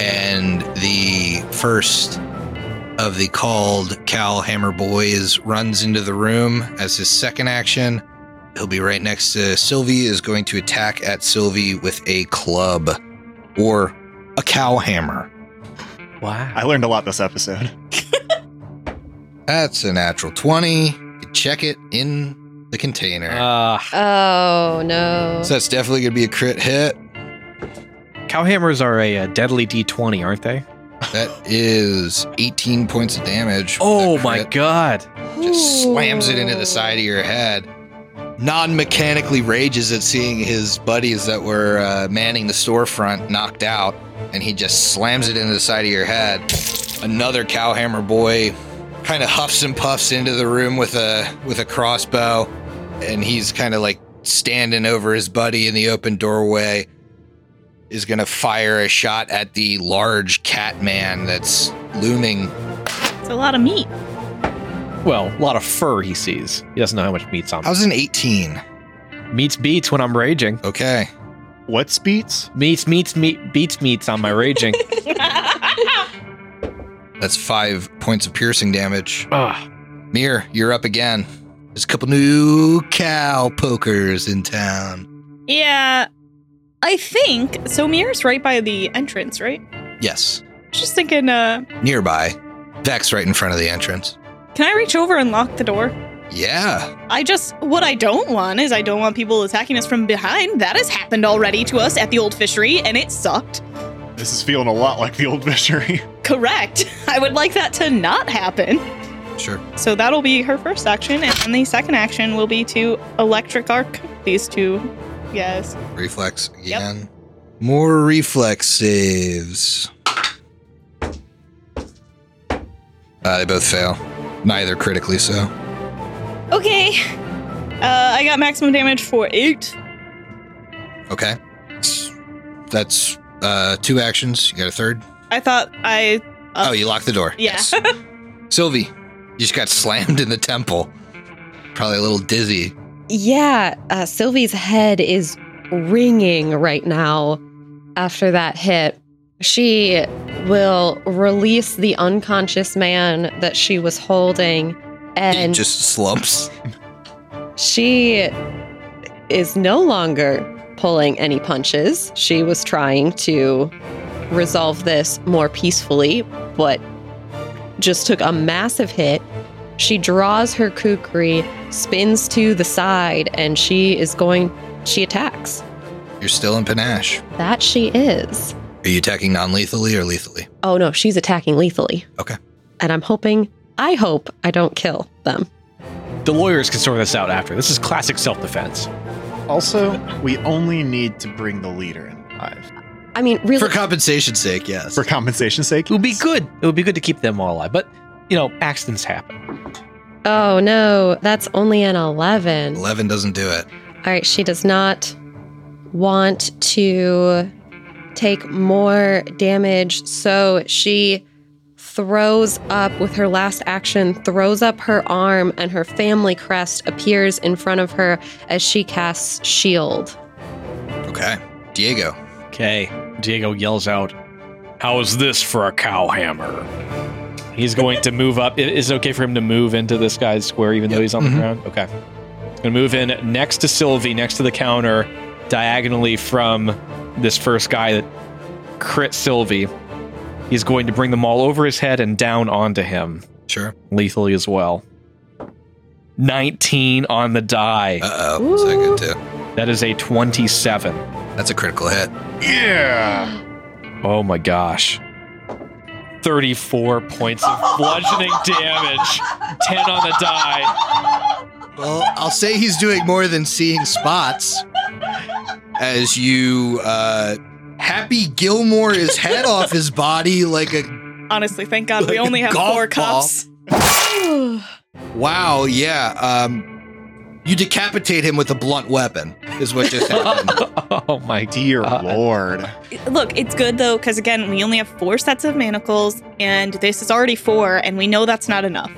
S2: and the first of the called Cal Hammer Boys runs into the room as his second action. He'll be right next to Sylvie, is going to attack at Sylvie with a club or a cow hammer.
S3: Wow.
S4: I learned a lot this episode.
S2: That's a natural 20. You check it in the container.
S3: Uh,
S5: Oh no.
S2: so that's definitely going to be a crit hit.
S3: cowhammers are a, uh deadly D20, aren't they?
S2: That is 18 points of damage. with
S3: Oh
S2: that
S3: my
S2: crit.
S3: god.
S2: Just slams it into the side of your head. Non mechanically rages at seeing his buddies that were uh, manning the storefront knocked out, and he just slams it into the side of your head. Another cowhammer boy kind of huffs and puffs into the room with a with a crossbow, and he's kind of like standing over his buddy in the open doorway. Is gonna fire a shot at the large cat man that's looming
S6: It's a lot of meat.
S3: Well, a lot of fur he sees. He doesn't know how much meat's on.
S2: How's an 18?
S3: Meats beats when I'm raging.
S2: Okay.
S4: What speeds?
S3: Meats meats meat beats meats on my raging.
S2: That's five points of piercing damage.
S3: Ugh.
S2: Mir, you're up again. There's a couple new cow pokers in town.
S6: yeah. I think so Mir's right by the entrance, right?
S2: Yes,
S6: Just thinking, uh
S2: nearby. Vex right in front of the entrance.
S6: can I reach over and lock the door?
S2: Yeah.
S6: I just what I don't want is I don't want people attacking us from behind. That has happened already to us at the old fishery and it sucked.
S4: This is feeling a lot like the old fishery.
S6: Correct. I would like that to not happen.
S2: Sure.
S6: So that'll be her first action, and then the second action will be to electric arc these two. Yes.
S2: Reflex again. More reflex saves. Uh, they both fail. Neither critically so.
S6: Okay. Uh, I got maximum damage for eight.
S2: Okay. That's uh, two actions. You got a third?
S6: I thought I. uh,
S2: oh, you locked the door.
S6: Yeah.
S2: Yes. Sylvie, you just got slammed in the temple. Probably a little dizzy.
S5: Yeah, uh, Sylvie's head is ringing right now after that hit. She will release the unconscious man that she was holding,
S2: He
S5: and
S2: just slumps.
S5: she is no longer pulling any punches. She was trying to resolve this more peacefully, but just took a massive hit. She draws her kukri, spins to the side, and she is going. She attacks.
S2: You're still in panache.
S5: That she is.
S2: Are you attacking non lethally or lethally?
S5: Oh no, she's attacking lethally.
S2: Okay.
S5: And I'm hoping, I hope I don't kill them.
S3: The lawyers can sort this out after. This is classic self-defense.
S4: Also, we only need to bring the leader in alive.
S5: I mean, really,
S2: For compensation's sake, yes.
S4: For compensation's sake.
S3: It would be good. It would be good to keep them all alive. But you know, accidents happen.
S5: Oh no, that's only an 11. All
S2: 11 doesn't do it.
S5: right, she does not want to take more damage, so she throws up with her last action, throws up her arm, and her family crest appears in front of her as she casts shield.
S2: Okay. Diego.
S3: Okay. Diego yells out, "How's this for a cow hammer?" He's going to move up. I- Is it okay for him to move into this guy's square, even
S2: Yep.
S3: though he's on
S2: Mhm.
S3: the ground? Okay. He's gonna move in next to Sylvie, next to the counter, diagonally from this first guy that crit Sylvie. He's going to bring them all over his head and down onto him,
S2: Sure.
S3: lethally as well. 19 on the die.
S2: Uh oh. Is that good too?
S3: That is a 27.
S2: That's a critical hit.
S4: Yeah.
S3: Oh my gosh. 34 points of bludgeoning damage. 10 on the die.
S2: Well, I'll say he's doing more than seeing spots. As you, uh, Happy Gilmore his head off his body like a
S6: Honestly, thank God we
S2: Like a
S6: only have
S2: golf
S6: four
S2: ball.
S6: cups.
S2: wow. Yeah. Um, you decapitate him with a blunt weapon is what just happened.
S3: Oh my
S4: Dear
S3: Uh,
S4: lord.
S6: Look, it's good though, because again, we only have four sets of manacles, and this is already four, and we know that's not enough.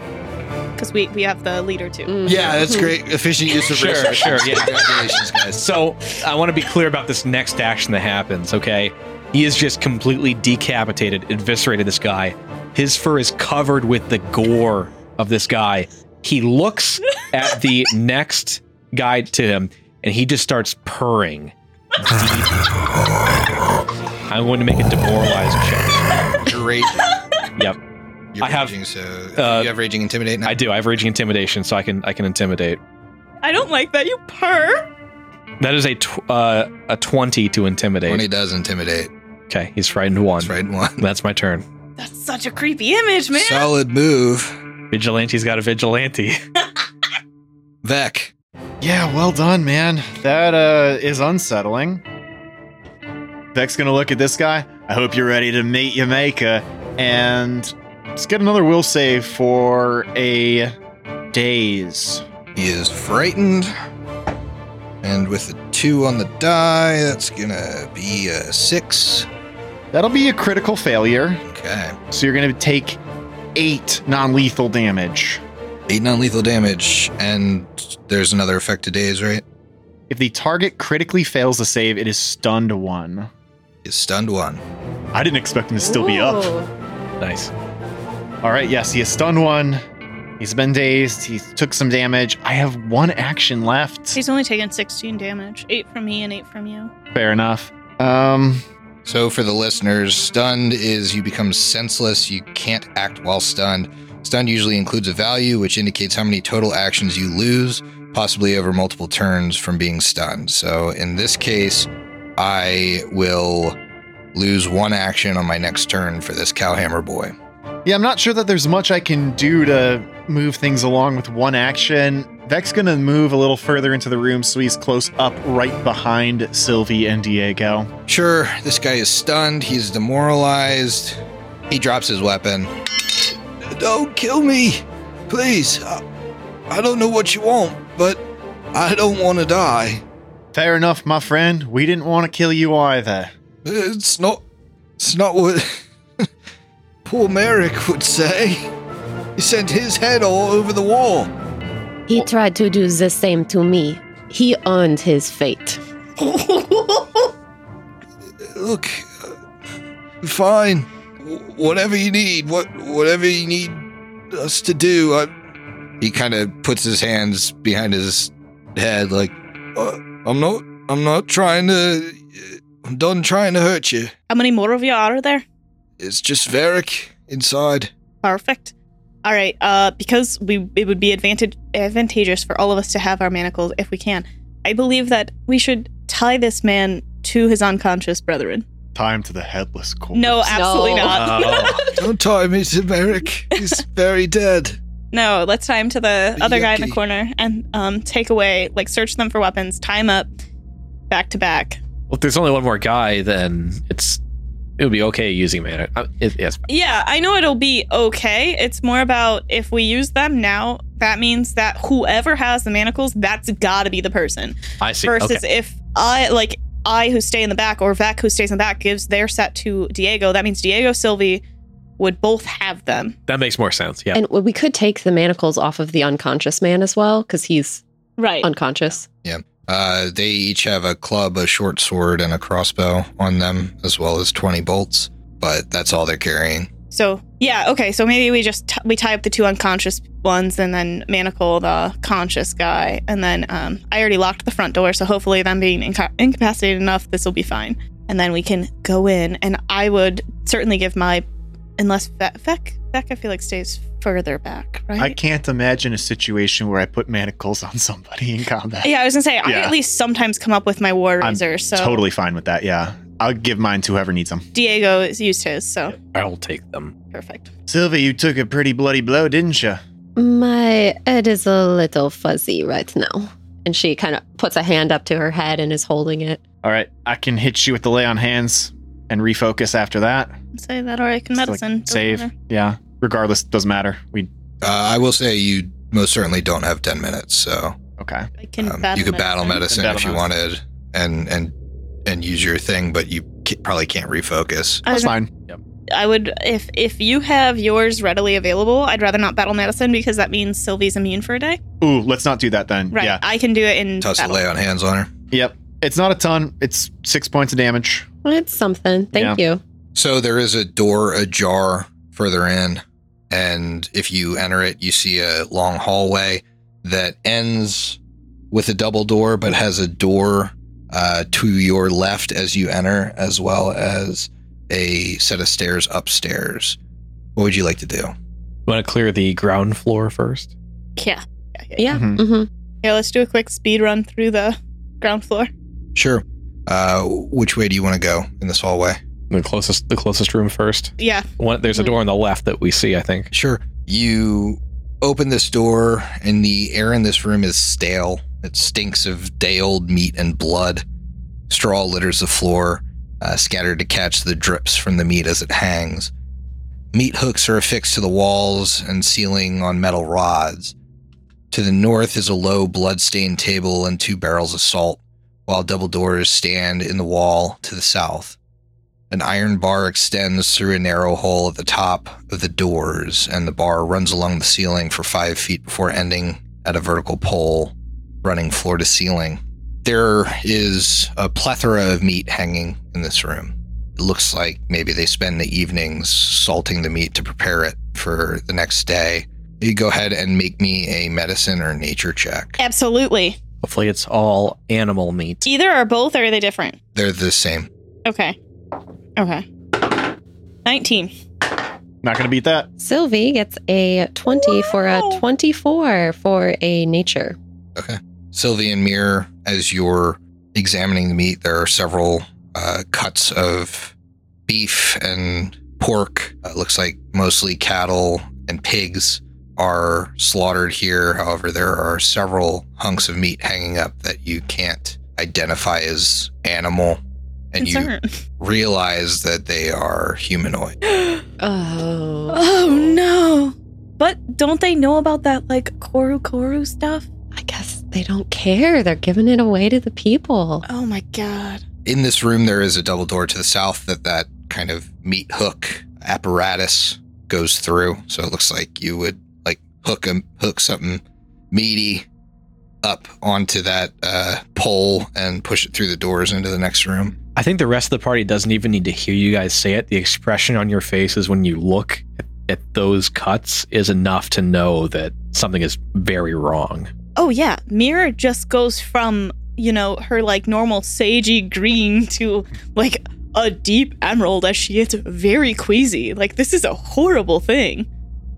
S6: Because we, we have the leader too.
S5: Mm.
S2: yeah, that's great. Efficient use of
S3: Sure,
S2: resources.
S3: sure, yeah.
S2: Congratulations, guys.
S3: So, I want to be clear about this next action that happens, okay? He is just completely decapitated, eviscerated this guy. His fur is covered with the gore of this guy. He looks at the next guy to him and he just starts purring. I'm going to make a demoralize check.
S2: You're raging.
S3: Yep.
S2: You're
S3: I have,
S2: raging, so
S3: uh,
S2: you have raging intimidate now.
S3: I do. I have raging intimidation, so I can I can intimidate.
S6: I don't like that you purr.
S3: That is a tw- uh, a twenty to intimidate.
S2: Twenty does intimidate.
S3: Okay, he's frightened one.
S2: That's right. One
S3: That's my turn.
S6: That's such a creepy image, man.
S2: solid move.
S3: Vigilante's got a vigilante.
S2: Vec.
S4: Yeah, well done, man. That uh is unsettling. Vec's gonna look at this guy. I hope you're ready to meet your maker. And let's get another will save for a days.
S2: He is frightened, and with a two on the die, that's gonna be a six.
S4: That'll be a critical failure.
S2: Okay.
S4: So you're gonna take eight non-lethal damage.
S2: Eight non-lethal damage, and there's another effect to days, right?
S4: If the target critically fails the save, it is stunned one.
S2: Is stunned one.
S4: I didn't expect him to still be up.
S3: nice.
S4: All right, yes, he is stunned one. He's been dazed. He took some damage. I have one action left.
S6: He's only taken 16 damage. Eight from me and eight from you.
S4: Fair enough. Um,
S2: So for the listeners, stunned is you become senseless. You can't act while stunned. Stunned usually includes a value which indicates how many total actions you lose, possibly over multiple turns from being stunned. So in this case, I will lose one action on my next turn for this cowhammer boy.
S4: yeah, I'm not sure that there's much I can do to move things along with one action. Vec's gonna move a little further into the room so he's close up right behind Sylvie and Diego.
S2: Sure, this guy is stunned. He's demoralized. He drops his weapon. Don't kill me, please. I, I don't know what you want, but I don't want to die.
S4: Fair enough, my friend. We didn't want to kill you either.
S2: It's not. It's not what poor Merrick would say. He sent his head all over the wall.
S5: He tried to do the same to me. He earned his fate.
S2: Look, uh, fine. Wh- Whatever you need, what whatever you need us to do. I... He kind of puts his hands behind his head, like, uh, "I'm not. I'm not trying to. I'm done trying to hurt you.
S6: How many more of you are there?
S2: It's just Varric inside."
S6: Perfect. All right. Uh, because we it would be advantage advantageous for all of us to have our manacles if we can. I believe that we should tie this man to his unconscious brethren.
S4: Time to the headless corpse.
S6: No, absolutely
S5: No.
S6: not.
S2: Don't tie me to Merrick. He's very dead.
S6: No, let's tie him to the other guy in the
S2: Yucky.
S6: corner and um, take away, like, search them for weapons, tie him up back to back.
S3: Well, if there's only one more guy, then it's it would be okay using mana. I- It, yes,
S6: Yeah, I know it'll be okay. It's more about if we use them now, that means that whoever has the manacles, that's gotta be the person.
S3: I see.
S6: Versus
S3: Okay.
S6: if I like I who stay in the back or Vec who stays in the back gives their set to Diego, that means Diego Sylvie would both have them.
S3: That makes more sense. Yeah.
S5: And we could take the manacles off of the unconscious man as well, because he's
S6: Right.
S5: unconscious.
S2: Uh, they each have a club, a short sword, and a crossbow on them, as well as 20 bolts, but that's all they're carrying.
S6: So yeah, okay. So maybe we just t- we tie up the two unconscious ones and then manacle the conscious guy, and then um, I already locked the front door, so hopefully them being inca- incapacitated enough, this will be fine, and then we can go in. And I would certainly give my unless Fe- Feck Feck I feel like stays further back, right?
S4: I can't imagine a situation where I put manacles on somebody in combat.
S6: yeah, I was gonna say I
S4: Yeah.
S6: at least sometimes come up with my war
S4: I'm
S6: razor, so
S4: Totally fine with that. Yeah. I'll give mine to whoever needs them.
S6: Diego is used his, so
S3: I'll take them.
S6: perfect.
S4: Sylvie, you took a pretty bloody blow, didn't you?
S5: My head is a little fuzzy right now. And she kind of puts a hand up to her head and is holding it.
S4: All right. I can hit you with the lay on hands and refocus after that.
S6: Say that, or I can
S4: It's like
S6: medicine doesn't
S4: save.
S6: matter.
S4: Yeah. Regardless, doesn't matter. We
S2: Uh, I will say you most certainly don't have 10 minutes, so
S4: okay.
S6: I can
S2: um,
S6: battle
S2: you could battle medicine
S4: Battle
S2: if you wanted and, and, and use your thing, but you ca- probably can't refocus.
S6: I
S4: That's
S6: was
S4: fine.
S6: I would if if you have yours readily available, I'd rather not battle medicine because that means Sylvie's immune for a day.
S4: Ooh, let's not do that then.
S6: Right.
S4: Yeah.
S6: I can do it in
S2: Toss a
S6: battle.
S2: lay on hands on her.
S4: Yep. It's not a ton. It's six points of damage.
S5: It's something. Thank you.
S2: So there is a door ajar further in, and if you enter it, you see a long hallway that ends with a double door, but has a door uh, to your left as you enter, as well as a set of stairs upstairs. What would you like to do?
S3: Want to clear the ground floor first?
S6: Yeah. Yeah, yeah.
S5: Yeah.
S4: Mhm.
S5: hmm
S6: Yeah, let's do a quick speed run through the ground floor.
S2: Sure. Uh, which way do you want to go in this hallway?
S3: The closest, the closest room first.
S6: Yeah.
S3: One, there's a door on the left that we see. I think.
S2: Sure. You open this door, and the air in this room is stale. It stinks of day old meat and blood. Straw litters the floor, uh, scattered to catch the drips from the meat as it hangs. Meat hooks are affixed to the walls and ceiling on metal rods. To the north is a low, blood-stained table and two barrels of salt, while double doors stand in the wall to the south. An iron bar extends through a narrow hole at the top of the doors, and the bar runs along the ceiling for five feet before ending at a vertical pole running floor to ceiling. There is a plethora of meat hanging in this room. It looks like maybe they spend the evenings salting the meat to prepare it for the next day. You go ahead and make me a medicine or nature check.
S6: Absolutely.
S3: Hopefully, it's all animal meat.
S6: Either or both or are they different?
S2: They're the same.
S6: Okay. Okay. 19.
S4: Not gonna beat that.
S5: Sylvie gets a 20 for a
S6: Wow.
S5: 24 for a nature.
S2: Sylvie and Mir, as you're examining the meat, there are several uh, cuts of beef and pork. Uh, It looks like mostly cattle and pigs are slaughtered here. However, there are several hunks of meat hanging up that you can't identify as animal, and you
S6: Concern.
S2: realize that they are humanoid.
S5: Oh.
S6: oh no. But don't they know about that like Koru Koru stuff?
S5: I guess they don't care. They're giving it away to the people.
S6: Oh my god.
S2: in this room there is a double door to the south that that kind of meat hook apparatus goes through so it looks like you would like hook a, hook something meaty up onto that uh, pole and push it through the doors into the next room
S3: I think the rest of the party doesn't even need to hear you guys say it. The expression on your faces when you look at, at those cuts is enough to know that something is very wrong.
S6: Oh yeah, Mira just goes from you know her like normal sagey green to like a deep emerald as she gets very queasy. Like this is a horrible thing.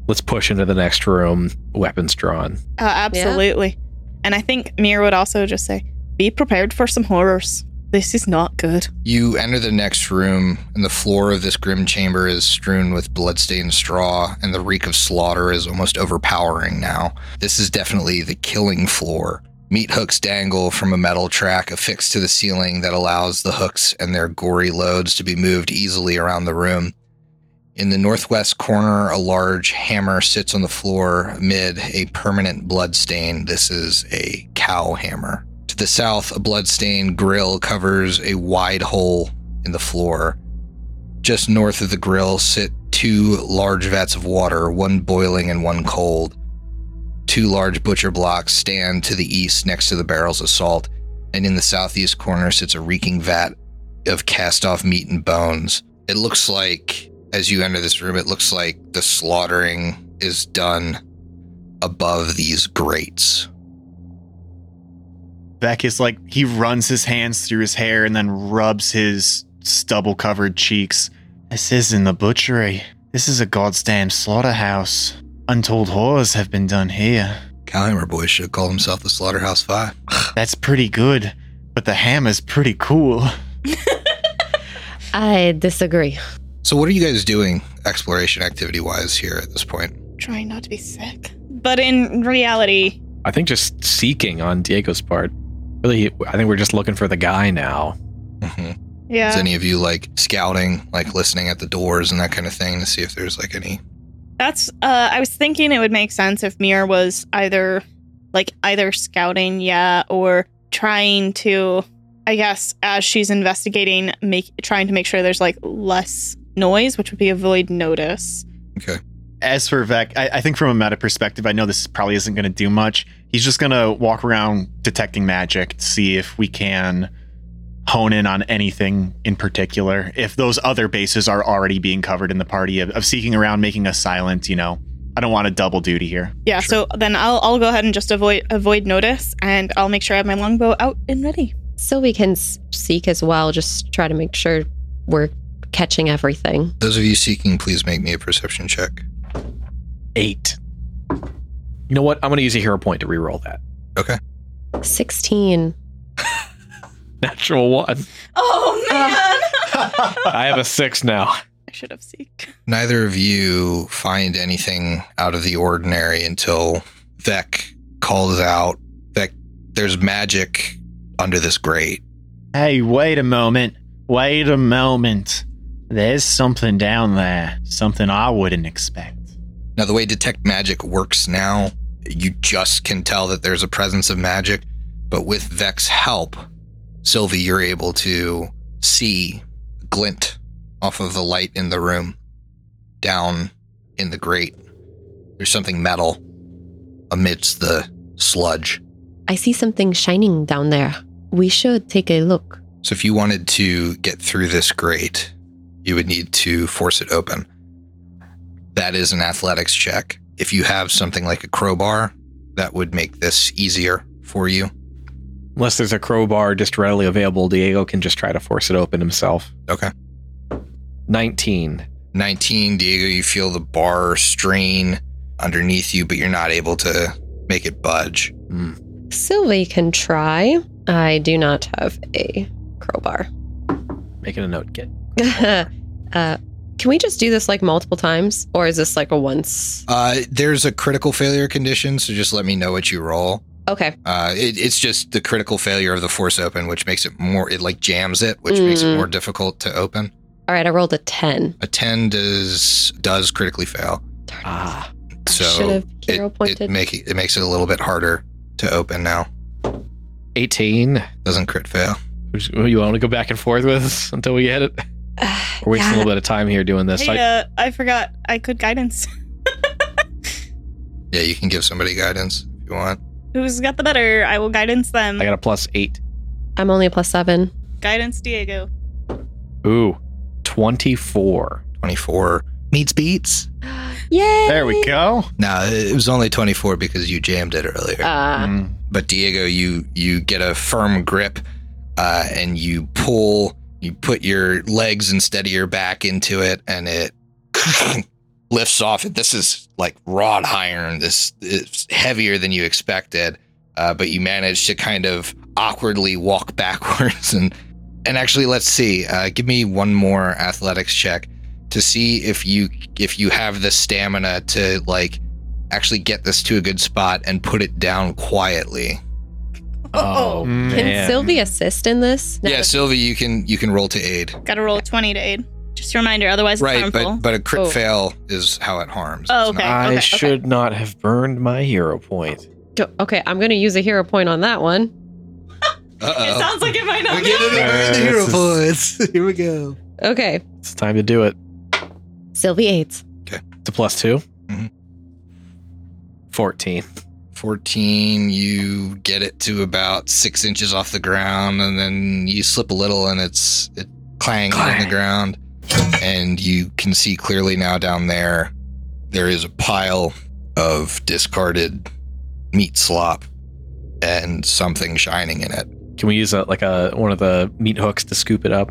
S3: Let's push into the next room, weapons drawn.
S6: Uh, absolutely. And I think Mira would also just say, "Be prepared for some horrors." This is not good.
S2: You enter the next room, and the floor of this grim chamber is strewn with bloodstained straw, and the reek of slaughter is almost overpowering now. This is definitely the killing floor. Meat hooks dangle from a metal track affixed to the ceiling that allows the hooks and their gory loads to be moved easily around the room. In the northwest corner, a large hammer sits on the floor amid a permanent blood stain. This is a cow hammer. To the south, a blood-stained grill covers a wide hole in the floor. Just north of the grill sit two large vats of water, one boiling and one cold. Two large butcher blocks stand to the east next to the barrels of salt, and in the southeast corner sits a reeking vat of cast off meat and bones. It looks like, as you enter this room, it looks like the slaughtering is done above these grates.
S4: Beck is like he runs his hands through his hair and then rubs his stubble covered cheeks. This isn't the butchery. This is a goddamn slaughterhouse. Untold horrors have been done here.
S2: Calhammer boy should have called himself the Slaughterhouse Five.
S4: That's pretty good, but the hammer's pretty cool.
S5: I disagree.
S2: So, what are you guys doing exploration activity wise here at this point?
S6: Trying not to be sick. But in reality,
S3: I think just seeking on Diego's part. Really, I think we're just looking for the guy now.
S2: Mhm.
S6: yeah.
S2: Is any of you like scouting, like listening at the doors and that kind of thing to see if there's like any?
S6: That's uh I was thinking it would make sense if Mir was either like either scouting, yeah, or trying to I guess as she's investigating, make trying to make sure there's like less noise, which would be avoid notice.
S4: As for Vec, I, I think from a meta perspective, I know this probably isn't going to do much. He's just going to walk around detecting magic to see if we can hone in on anything in particular. If those other bases are already being covered in the party of, of seeking around, making us silent, you know, I don't want a double duty here.
S6: Yeah, so then I'll I'll go ahead and just avoid avoid notice and I'll make sure I have my longbow out and ready.
S5: Sylvie can s- seek as well, just try to make sure we're catching everything.
S2: Those of you seeking, please make me a perception check.
S3: Eight. You know what? I'm going to use a hero point to reroll that.
S5: 16.
S3: Natural one.
S6: Oh man.
S3: I have a six now.
S6: I should have seeked.
S2: Neither of you find anything out of the ordinary until Vec calls out that there's magic under this grate.
S4: Hey, wait a moment. Wait a moment. There's something down there. Something I wouldn't expect.
S2: Now, the way detect magic works now, you just can tell that there's a presence of magic, but with Vex's help, Sylvie, you're able to see the glint off of the light in the room down in the grate. There's something metal amidst the sludge.
S5: I see something shining down there. We should take a look.
S2: So, if you wanted to get through this grate, you would need to force it open. That is an athletics check. If you have something like a crowbar, that would make this easier for you.
S3: Unless there's a crowbar just readily available, Diego can just try to force it open himself.
S2: Okay.
S3: 19.
S2: 19, Diego, you feel the bar strain underneath you, but you're not able to make it budge.
S5: Sylvie can try. I do not have a crowbar.
S3: Making a note. Get.
S5: uh, can we just do this like multiple times? Or is this like a once?
S2: Uh, there's a critical failure condition, so just let me know what you roll.
S5: Okay.
S2: Uh, it, it's just the critical failure of the force open, which makes it more, it like jams it, which makes it
S5: Mm.
S2: more difficult to open.
S5: All right. I rolled a 10.
S2: A 10 does, does critically fail.
S5: Darn it.
S3: Ah.
S5: I should
S2: So
S5: have
S2: it,
S5: hero
S2: it,
S5: pointed.
S2: make it, it makes it a little bit harder to open now.
S3: 18.
S2: Doesn't crit fail.
S3: Who's- who You want to go back and forth with us until we get it? We're wasting a little bit of time here doing this.
S6: Hey, uh, I forgot I could guidance.
S2: Yeah, you can give somebody guidance if you want.
S6: Who's got the better? I will guidance them.
S3: I, I got a plus eight.
S5: I'm only a plus seven.
S6: guidance Diego.
S3: Ooh. 24.
S2: 24 needs beats.
S5: Yay!
S4: There we go.
S2: No, it was only 24 because you jammed it earlier.
S5: Uh,
S4: Mm.
S2: but Diego, you you get a firm grip, uh, and you pull. You put your legs instead of your back into it, and it lifts off. This is like wrought iron. This is heavier than you expected, uh, but you manage to kind of awkwardly walk backwards and And actually, let's see. Uh, give me one more athletics check to see if you if you have the stamina to like actually get this to a good spot and put it down quietly.
S3: Oh,
S4: Mm.
S5: Can
S3: man.
S5: Sylvie assist in this? Now
S2: yeah,
S5: that-
S2: Sylvie, you can you can roll to aid.
S6: Gotta roll a 20 to aid. Just a reminder, otherwise it's
S2: Right,
S6: harmful.
S2: but but a crit
S5: Oh.
S2: fail is how it harms.
S6: Oh,
S2: It's not-
S6: okay,
S3: I
S6: okay.
S3: should not have burned my hero point.
S5: Do- okay, I'm going to use a hero point on that one.
S2: Uh-oh.
S6: It sounds like it might
S2: We're
S6: not be.
S2: getting uh, it right, the
S4: Uh,
S2: hero
S4: this is-
S2: points. Here we go.
S5: Okay,
S3: It's time to do it.
S5: Sylvie aids.
S3: It's a plus 2
S2: Mhm.
S3: 14.
S2: 14 you get it to about six inches off the ground and then you slip a little and it's it clangs on
S3: Clang.
S2: the ground and you can see clearly now down there there is a pile of discarded meat slop and something shining in it
S3: Can we use a, like a one of the meat hooks to scoop it up?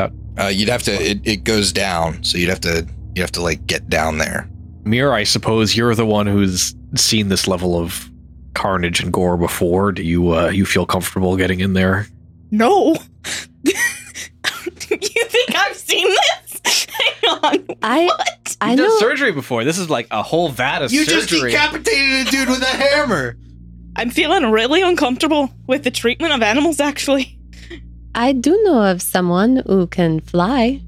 S2: uh, you'd have to it, it goes down so you'd have to you have to like get down there
S3: Mir, I suppose you're the one who's seen this level of carnage and gore before. Do you uh, you feel comfortable getting in there?
S6: No. you think I've seen this? Hang on.
S5: I
S6: What?
S5: I know
S3: surgery before. This is like a whole vat of
S2: decapitated a dude with a hammer
S6: I'm feeling really uncomfortable with the treatment of animals, actually.
S5: I do know of someone who can fly.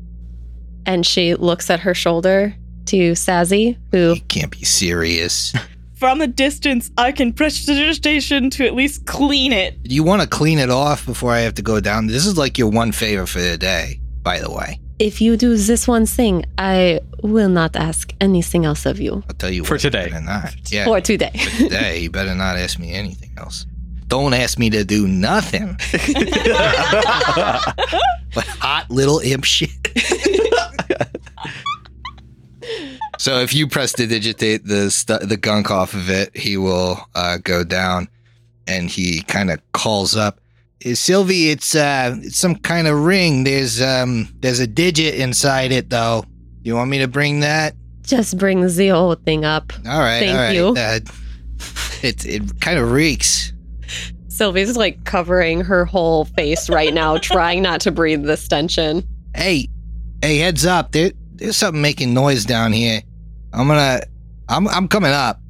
S5: And she looks at her shoulder to Sazzy, who
S2: you can't be serious
S6: From a distance, I can press the digitation to at least clean it.
S2: You want to clean it off before I have to go down. This is like your one favor for the day, by the way.
S5: If you do this one thing, I will not ask anything else of you
S2: I'll tell you
S3: For
S2: what,
S3: today.
S2: you better not. Yeah,
S5: for today.
S2: today you better not ask me anything else. Don't ask me to do nothing but hot little imp shit. so if you press to digitate the stu- the gunk off of it, he will uh, go down, and he kind of calls up. "Eh, Sylvie, it's uh, it's some kind of ring. There's um, there's a digit inside it, though. You want me to bring that?
S5: Just bring the whole thing up.
S2: All right,
S5: Thank
S2: all right.
S5: you.
S2: Uh, it it kind of reeks.
S5: Sylvie's like covering her whole face right now, trying not to breathe this tension.
S2: hey, hey, heads up! There, there's something making noise down here. I'm gonna, I'm, I'm coming up.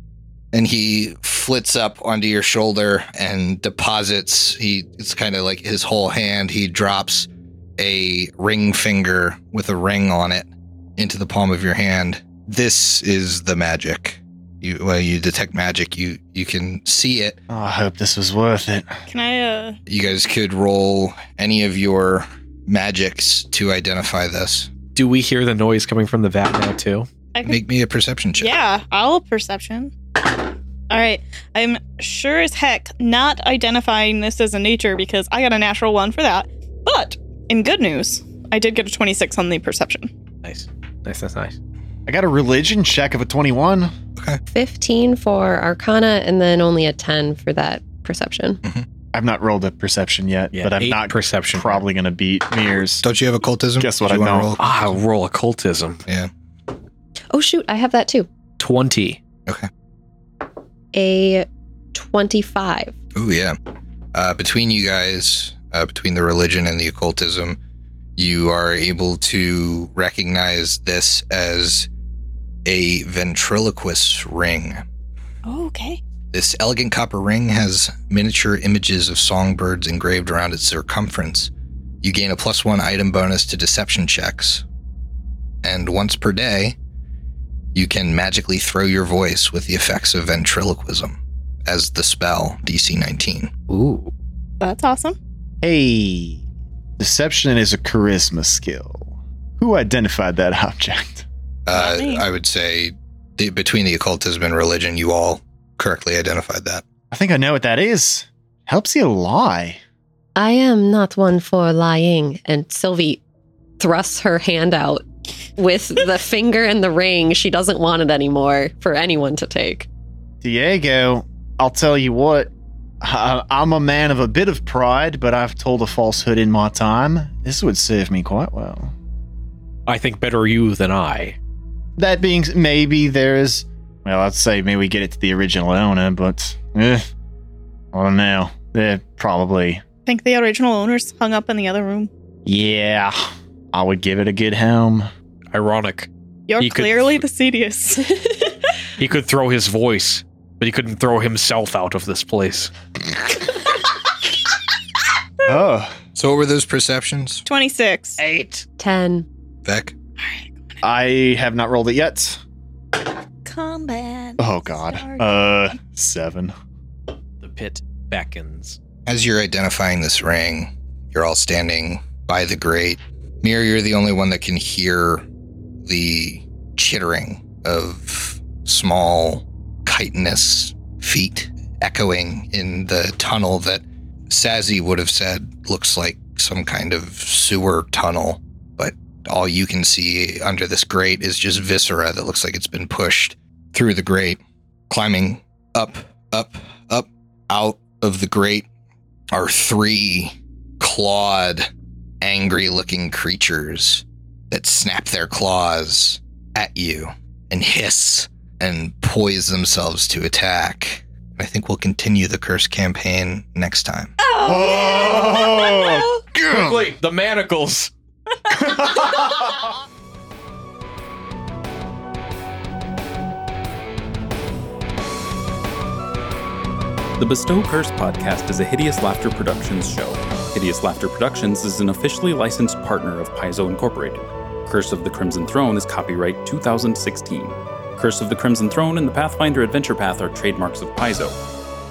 S2: And he flits up onto your shoulder and deposits. He, it's kind of like his whole hand. He drops a ring finger with a ring on it into the palm of your hand. This is the magic. You, well, you detect magic. You, you can see it.
S4: Oh, I hope this was worth it.
S6: Can I, uh,
S2: You guys could roll any of your magics to identify this.
S3: Do we hear the noise coming from the vat now too?
S6: I can,
S2: Make me a perception check.
S6: yeah, I'll perception. All right, I'm sure as heck not identifying this as a nature because I got a natural one for that. But in good news, I did get a 26 on the perception.
S3: Nice, nice, nice, nice.
S4: I got a religion check of a 21.
S5: 15 for Arcana and then only a 10 for that perception.
S4: I've not rolled a perception yet, but I'm
S3: eight
S4: not
S3: perception.
S4: probably going to beat Mears.
S2: Don't you have occultism?
S4: Guess what
S2: Do you
S4: I
S2: wanna
S4: know.
S2: roll?
S3: Ah, roll occultism.
S5: Oh, shoot, I have that too.
S3: Twenty.
S5: A 25.
S2: Ooh, yeah. Uh, between you guys, uh, between the religion and the occultism, you are able to recognize this as a ventriloquist ring.
S6: Oh, okay.
S2: This elegant copper ring has miniature images of songbirds engraved around its circumference. You gain a plus one item bonus to deception checks. And once per day, you can magically throw your voice with the effects of ventriloquism as the spell DC 19.
S3: Ooh.
S6: That's awesome.
S4: Hey, deception is a charisma skill. Who identified that object?
S2: Uh,
S6: Not me.
S2: I would say the, between the occultism and religion, you all correctly identified that.
S4: I think I know what that is. Helps you lie.
S5: I am not one for lying. And Sylvie thrusts her hand out with the finger and the ring. She doesn't want it anymore for anyone to take.
S4: Diego, I'll tell you what. I, I'm a man of a bit of pride, but I've told a falsehood in my time. This would serve me quite well.
S3: I think better you than I.
S4: That being, s- maybe there's. Well, I'd say maybe we get it to the original owner, but eh, I don't know. They're Eh, probably
S6: think the original owners hung up in the other room.
S4: Yeah, I would give it a good helm.
S3: Ironic.
S6: You're
S3: You could-
S6: clearly the seediest.
S3: He could throw his voice, but he couldn't throw himself out of this place.
S4: Oh,
S2: So, what were those perceptions,
S6: 26.
S3: Eight.
S5: 10.
S2: Beck?
S4: I have not rolled it yet.
S6: Combat.
S4: Oh God. Uh, seven.
S3: The pit beckons.
S2: As you're identifying this ring, you're all standing by the grate. Mir, you're the only one that can hear the chittering of small, chitinous feet echoing in the tunnel that Sazzy would have said looks like some kind of sewer tunnel. But all you can see under this grate is just viscera that looks like it's been pushed through the grate, climbing up, up, up, out of the grate are three clawed, angry looking creatures that snap their claws at you and hiss and poise themselves to attack. I think we'll continue the curse campaign next time.
S4: Oh.
S3: Quickly, the manacles.
S1: The Bestow Curse podcast is a Hideous Laughter Productions show. Hideous Laughter Productions is an officially licensed partner of Paizo Incorporated. Curse of the Crimson Throne is copyright 2016. Curse of the Crimson Throne and the Pathfinder Adventure Path are trademarks of Paizo.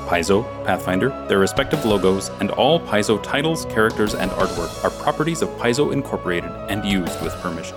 S1: Paizo, Pathfinder, their respective logos, and all Paizo titles, characters, and artwork are properties of Paizo Incorporated and used with permission.